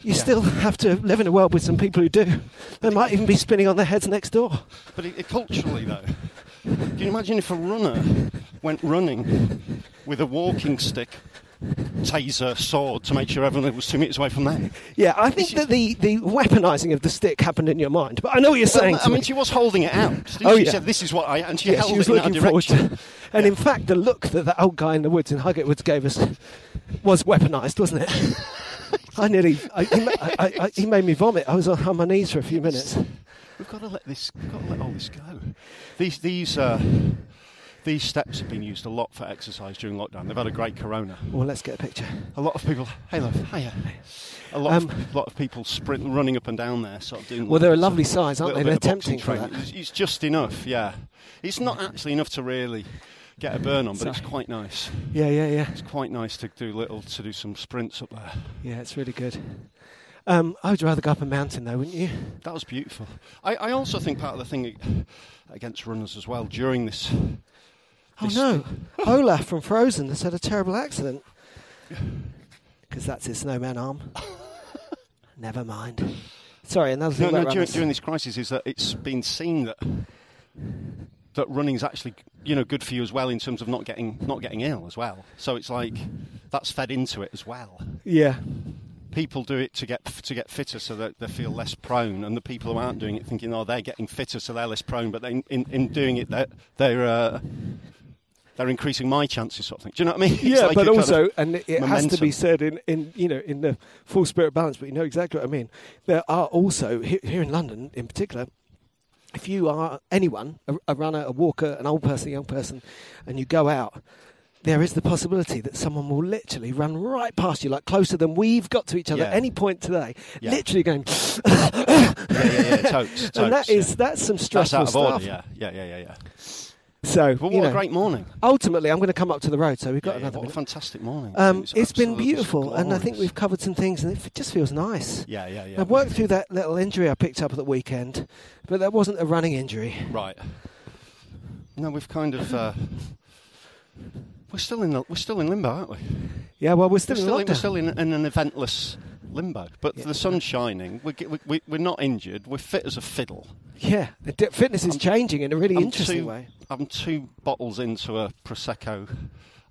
A: you still have to live in a world with some people who do. They might even be spinning on their heads next door.
B: But it, it- culturally, though, can you imagine if a runner went running with a walking stick, taser, sword to make sure everyone was two metres away from them?
A: Yeah, I think that the, the weaponising of the stick happened in your mind. But I know what you're saying.
B: I
A: to
B: mean,
A: me.
B: she was holding it out.
A: Oh,
B: she
A: yeah.
B: said, "This is what I," and she
A: Yeah,
B: held
A: she was
B: it in our
A: looking forward to.
B: direction.
A: And in fact, the look that that old guy in the woods in Highgate Woods gave us was weaponised, wasn't it? I nearly, I, he, ma- I, I, I- he made me vomit. I was on, on my knees for a few minutes.
B: We've got to let this, we've got to let all this go. These these uh, these steps have been used a lot for exercise during lockdown. They've had a great corona.
A: Well, let's get a picture.
B: A lot of people, hey love, hiya. A lot, of, lot of people sprint running up and down there, sort of doing.
A: Um, Well, they're a
B: lots of-
A: lovely size, aren't
B: little
A: they?
B: bit
A: They're
B: of
A: tempting
B: boxing
A: for
B: training.
A: that.
B: It's, it's just enough, yeah. It's not actually enough to really get a burn on, but it's
A: Sorry.
B: quite nice.
A: Yeah, yeah, yeah.
B: It's quite nice to do little to do some sprints up there.
A: Yeah, it's really good. Um, I would rather go up a mountain, though, wouldn't you?
B: That was beautiful. I, I also think part of the thing against runners as well during this.
A: Oh,
B: this-
A: no. Olaf from Frozen has had a terrible accident. Because that's his snowman arm. Never mind. Sorry, another thing
B: No, no.
A: about
B: During,
A: runners.
B: during this crisis, is that it's been seen that that running's actually you know good for you as well in terms of not getting not getting ill as well. So it's like that's fed into it as well.
A: Yeah.
B: people do it to get to get fitter so that they feel less prone and the people who aren't doing it thinking oh they're getting fitter so they're less prone but they, in, in doing it they're they're, uh, they're increasing my chances sort of thing do you know what I mean It's
A: Yeah,
B: like
A: but
B: a kind
A: also,
B: of
A: and it has to
B: momentum.
A: be said in, in you know in the full spirit balance. But you know exactly what I mean. There are also he- here in London, in particular, if you are anyone, a, a runner, a walker, an old person, a young person, and you go out, there is the possibility that someone will literally run right past you, like closer than we've got to each other
B: Yeah.
A: at any point today.
B: Yeah.
A: Literally going,
B: yeah yeah yeah totes, totes
A: and that is
B: yeah.
A: that's some
B: that's
A: stressful
B: out of order
A: stuff.
B: yeah yeah yeah yeah yeah
A: So
B: but what
A: you
B: a
A: know,
B: great morning
A: ultimately, I'm going to come up to the road. So we've got
B: Yeah, yeah,
A: another
B: what a
A: minute.
B: fantastic morning
A: Um,
B: It was
A: it's been
B: absolutely
A: beautiful, and I think
B: glorious.
A: we've covered some things, and it f- just feels nice.
B: yeah yeah yeah
A: I've worked through that little injury I picked up at the weekend, but that wasn't a running injury.
B: right no we've kind of uh, We're still in the, we're still in limbo, aren't we?
A: Yeah, well, we're
B: We're
A: still,
B: still,
A: in
B: in, we're
A: lockdown.
B: still in, in an eventless limbo, but the sun's shining. We're, ge- we- we, we're not injured. We're fit as a fiddle.
A: Yeah, the di- fitness is changing in a really interesting
B: two,
A: way.
B: I'm two bottles into a prosecco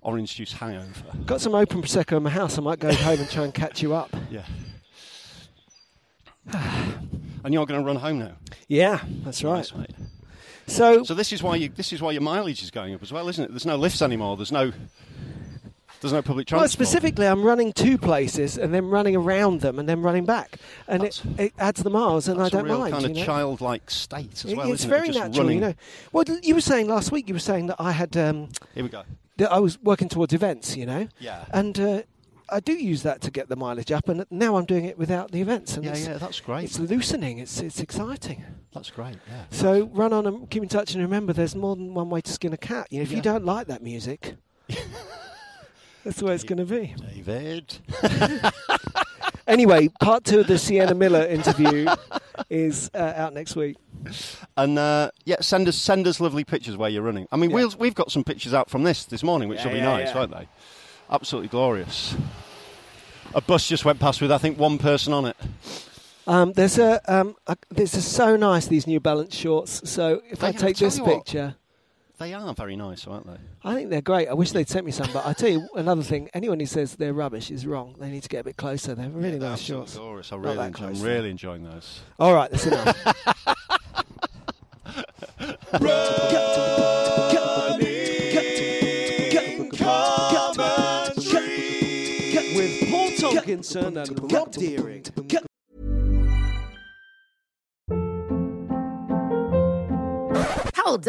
B: orange juice hangover.
A: Got some open prosecco in my house. I might go home and try and catch you up.
B: Yeah. and you're going to run home now.
A: Yeah, that's right.
B: Nice, mate.
A: So,
B: So this is why you this is why your mileage is going up as well, isn't it? There's no lifts anymore. There's no there's no public transport.
A: well, specifically, I'm running two places and then running around them and then running back, and it,
B: That's-
A: it adds the miles, and
B: That's
A: I don't
B: a real
A: mind.
B: kind of
A: you know?
B: childlike state as well.
A: it's
B: isn't
A: very
B: it? Just
A: natural,
B: running.
A: you know. Well, you were saying last week. You were saying that I had um,
B: Here we go.
A: that I was working towards events, you know.
B: Yeah.
A: And uh, I do use that to get the mileage up, and now I'm doing it without the events. And
B: Yeah,
A: it's-
B: yeah, that's great.
A: It's loosening. It's it's exciting.
B: That's great. Yeah.
A: So run on and keep in touch, and remember, there's more than one way to skin a cat. You know, if you
B: Yeah.
A: don't like that music, that's the way it's going to be.
B: David.
A: Anyway, part two of the Sienna Miller interview is uh, out next week.
B: And uh, yeah, send us send us lovely pictures where you're running. I mean,
A: Yeah.
B: we'll, we've got some pictures out from this this morning, which
A: Yeah,
B: will be
A: yeah,
B: nice,
A: yeah.
B: won't they? Absolutely glorious. A bus just went past with I think one person on it.
A: Um, there's a, um, a this is so nice these New Balance shorts. So if
B: They
A: I
B: are,
A: take
B: tell
A: this
B: you what.
A: picture,
B: They are very nice, aren't they?
A: I think they're great. I wish they'd sent me some, but I tell you another thing: anyone who says they're rubbish is wrong. They need to get a bit closer. They're really
B: They're
A: nice
B: absolutely
A: shorts.
B: glorious. I
A: Not
B: really
A: that
B: enjoy, I'm
A: close.
B: really enjoying those.
A: All right, that's enough. With Paul Tonkinson and Rob Deering.
C: Hold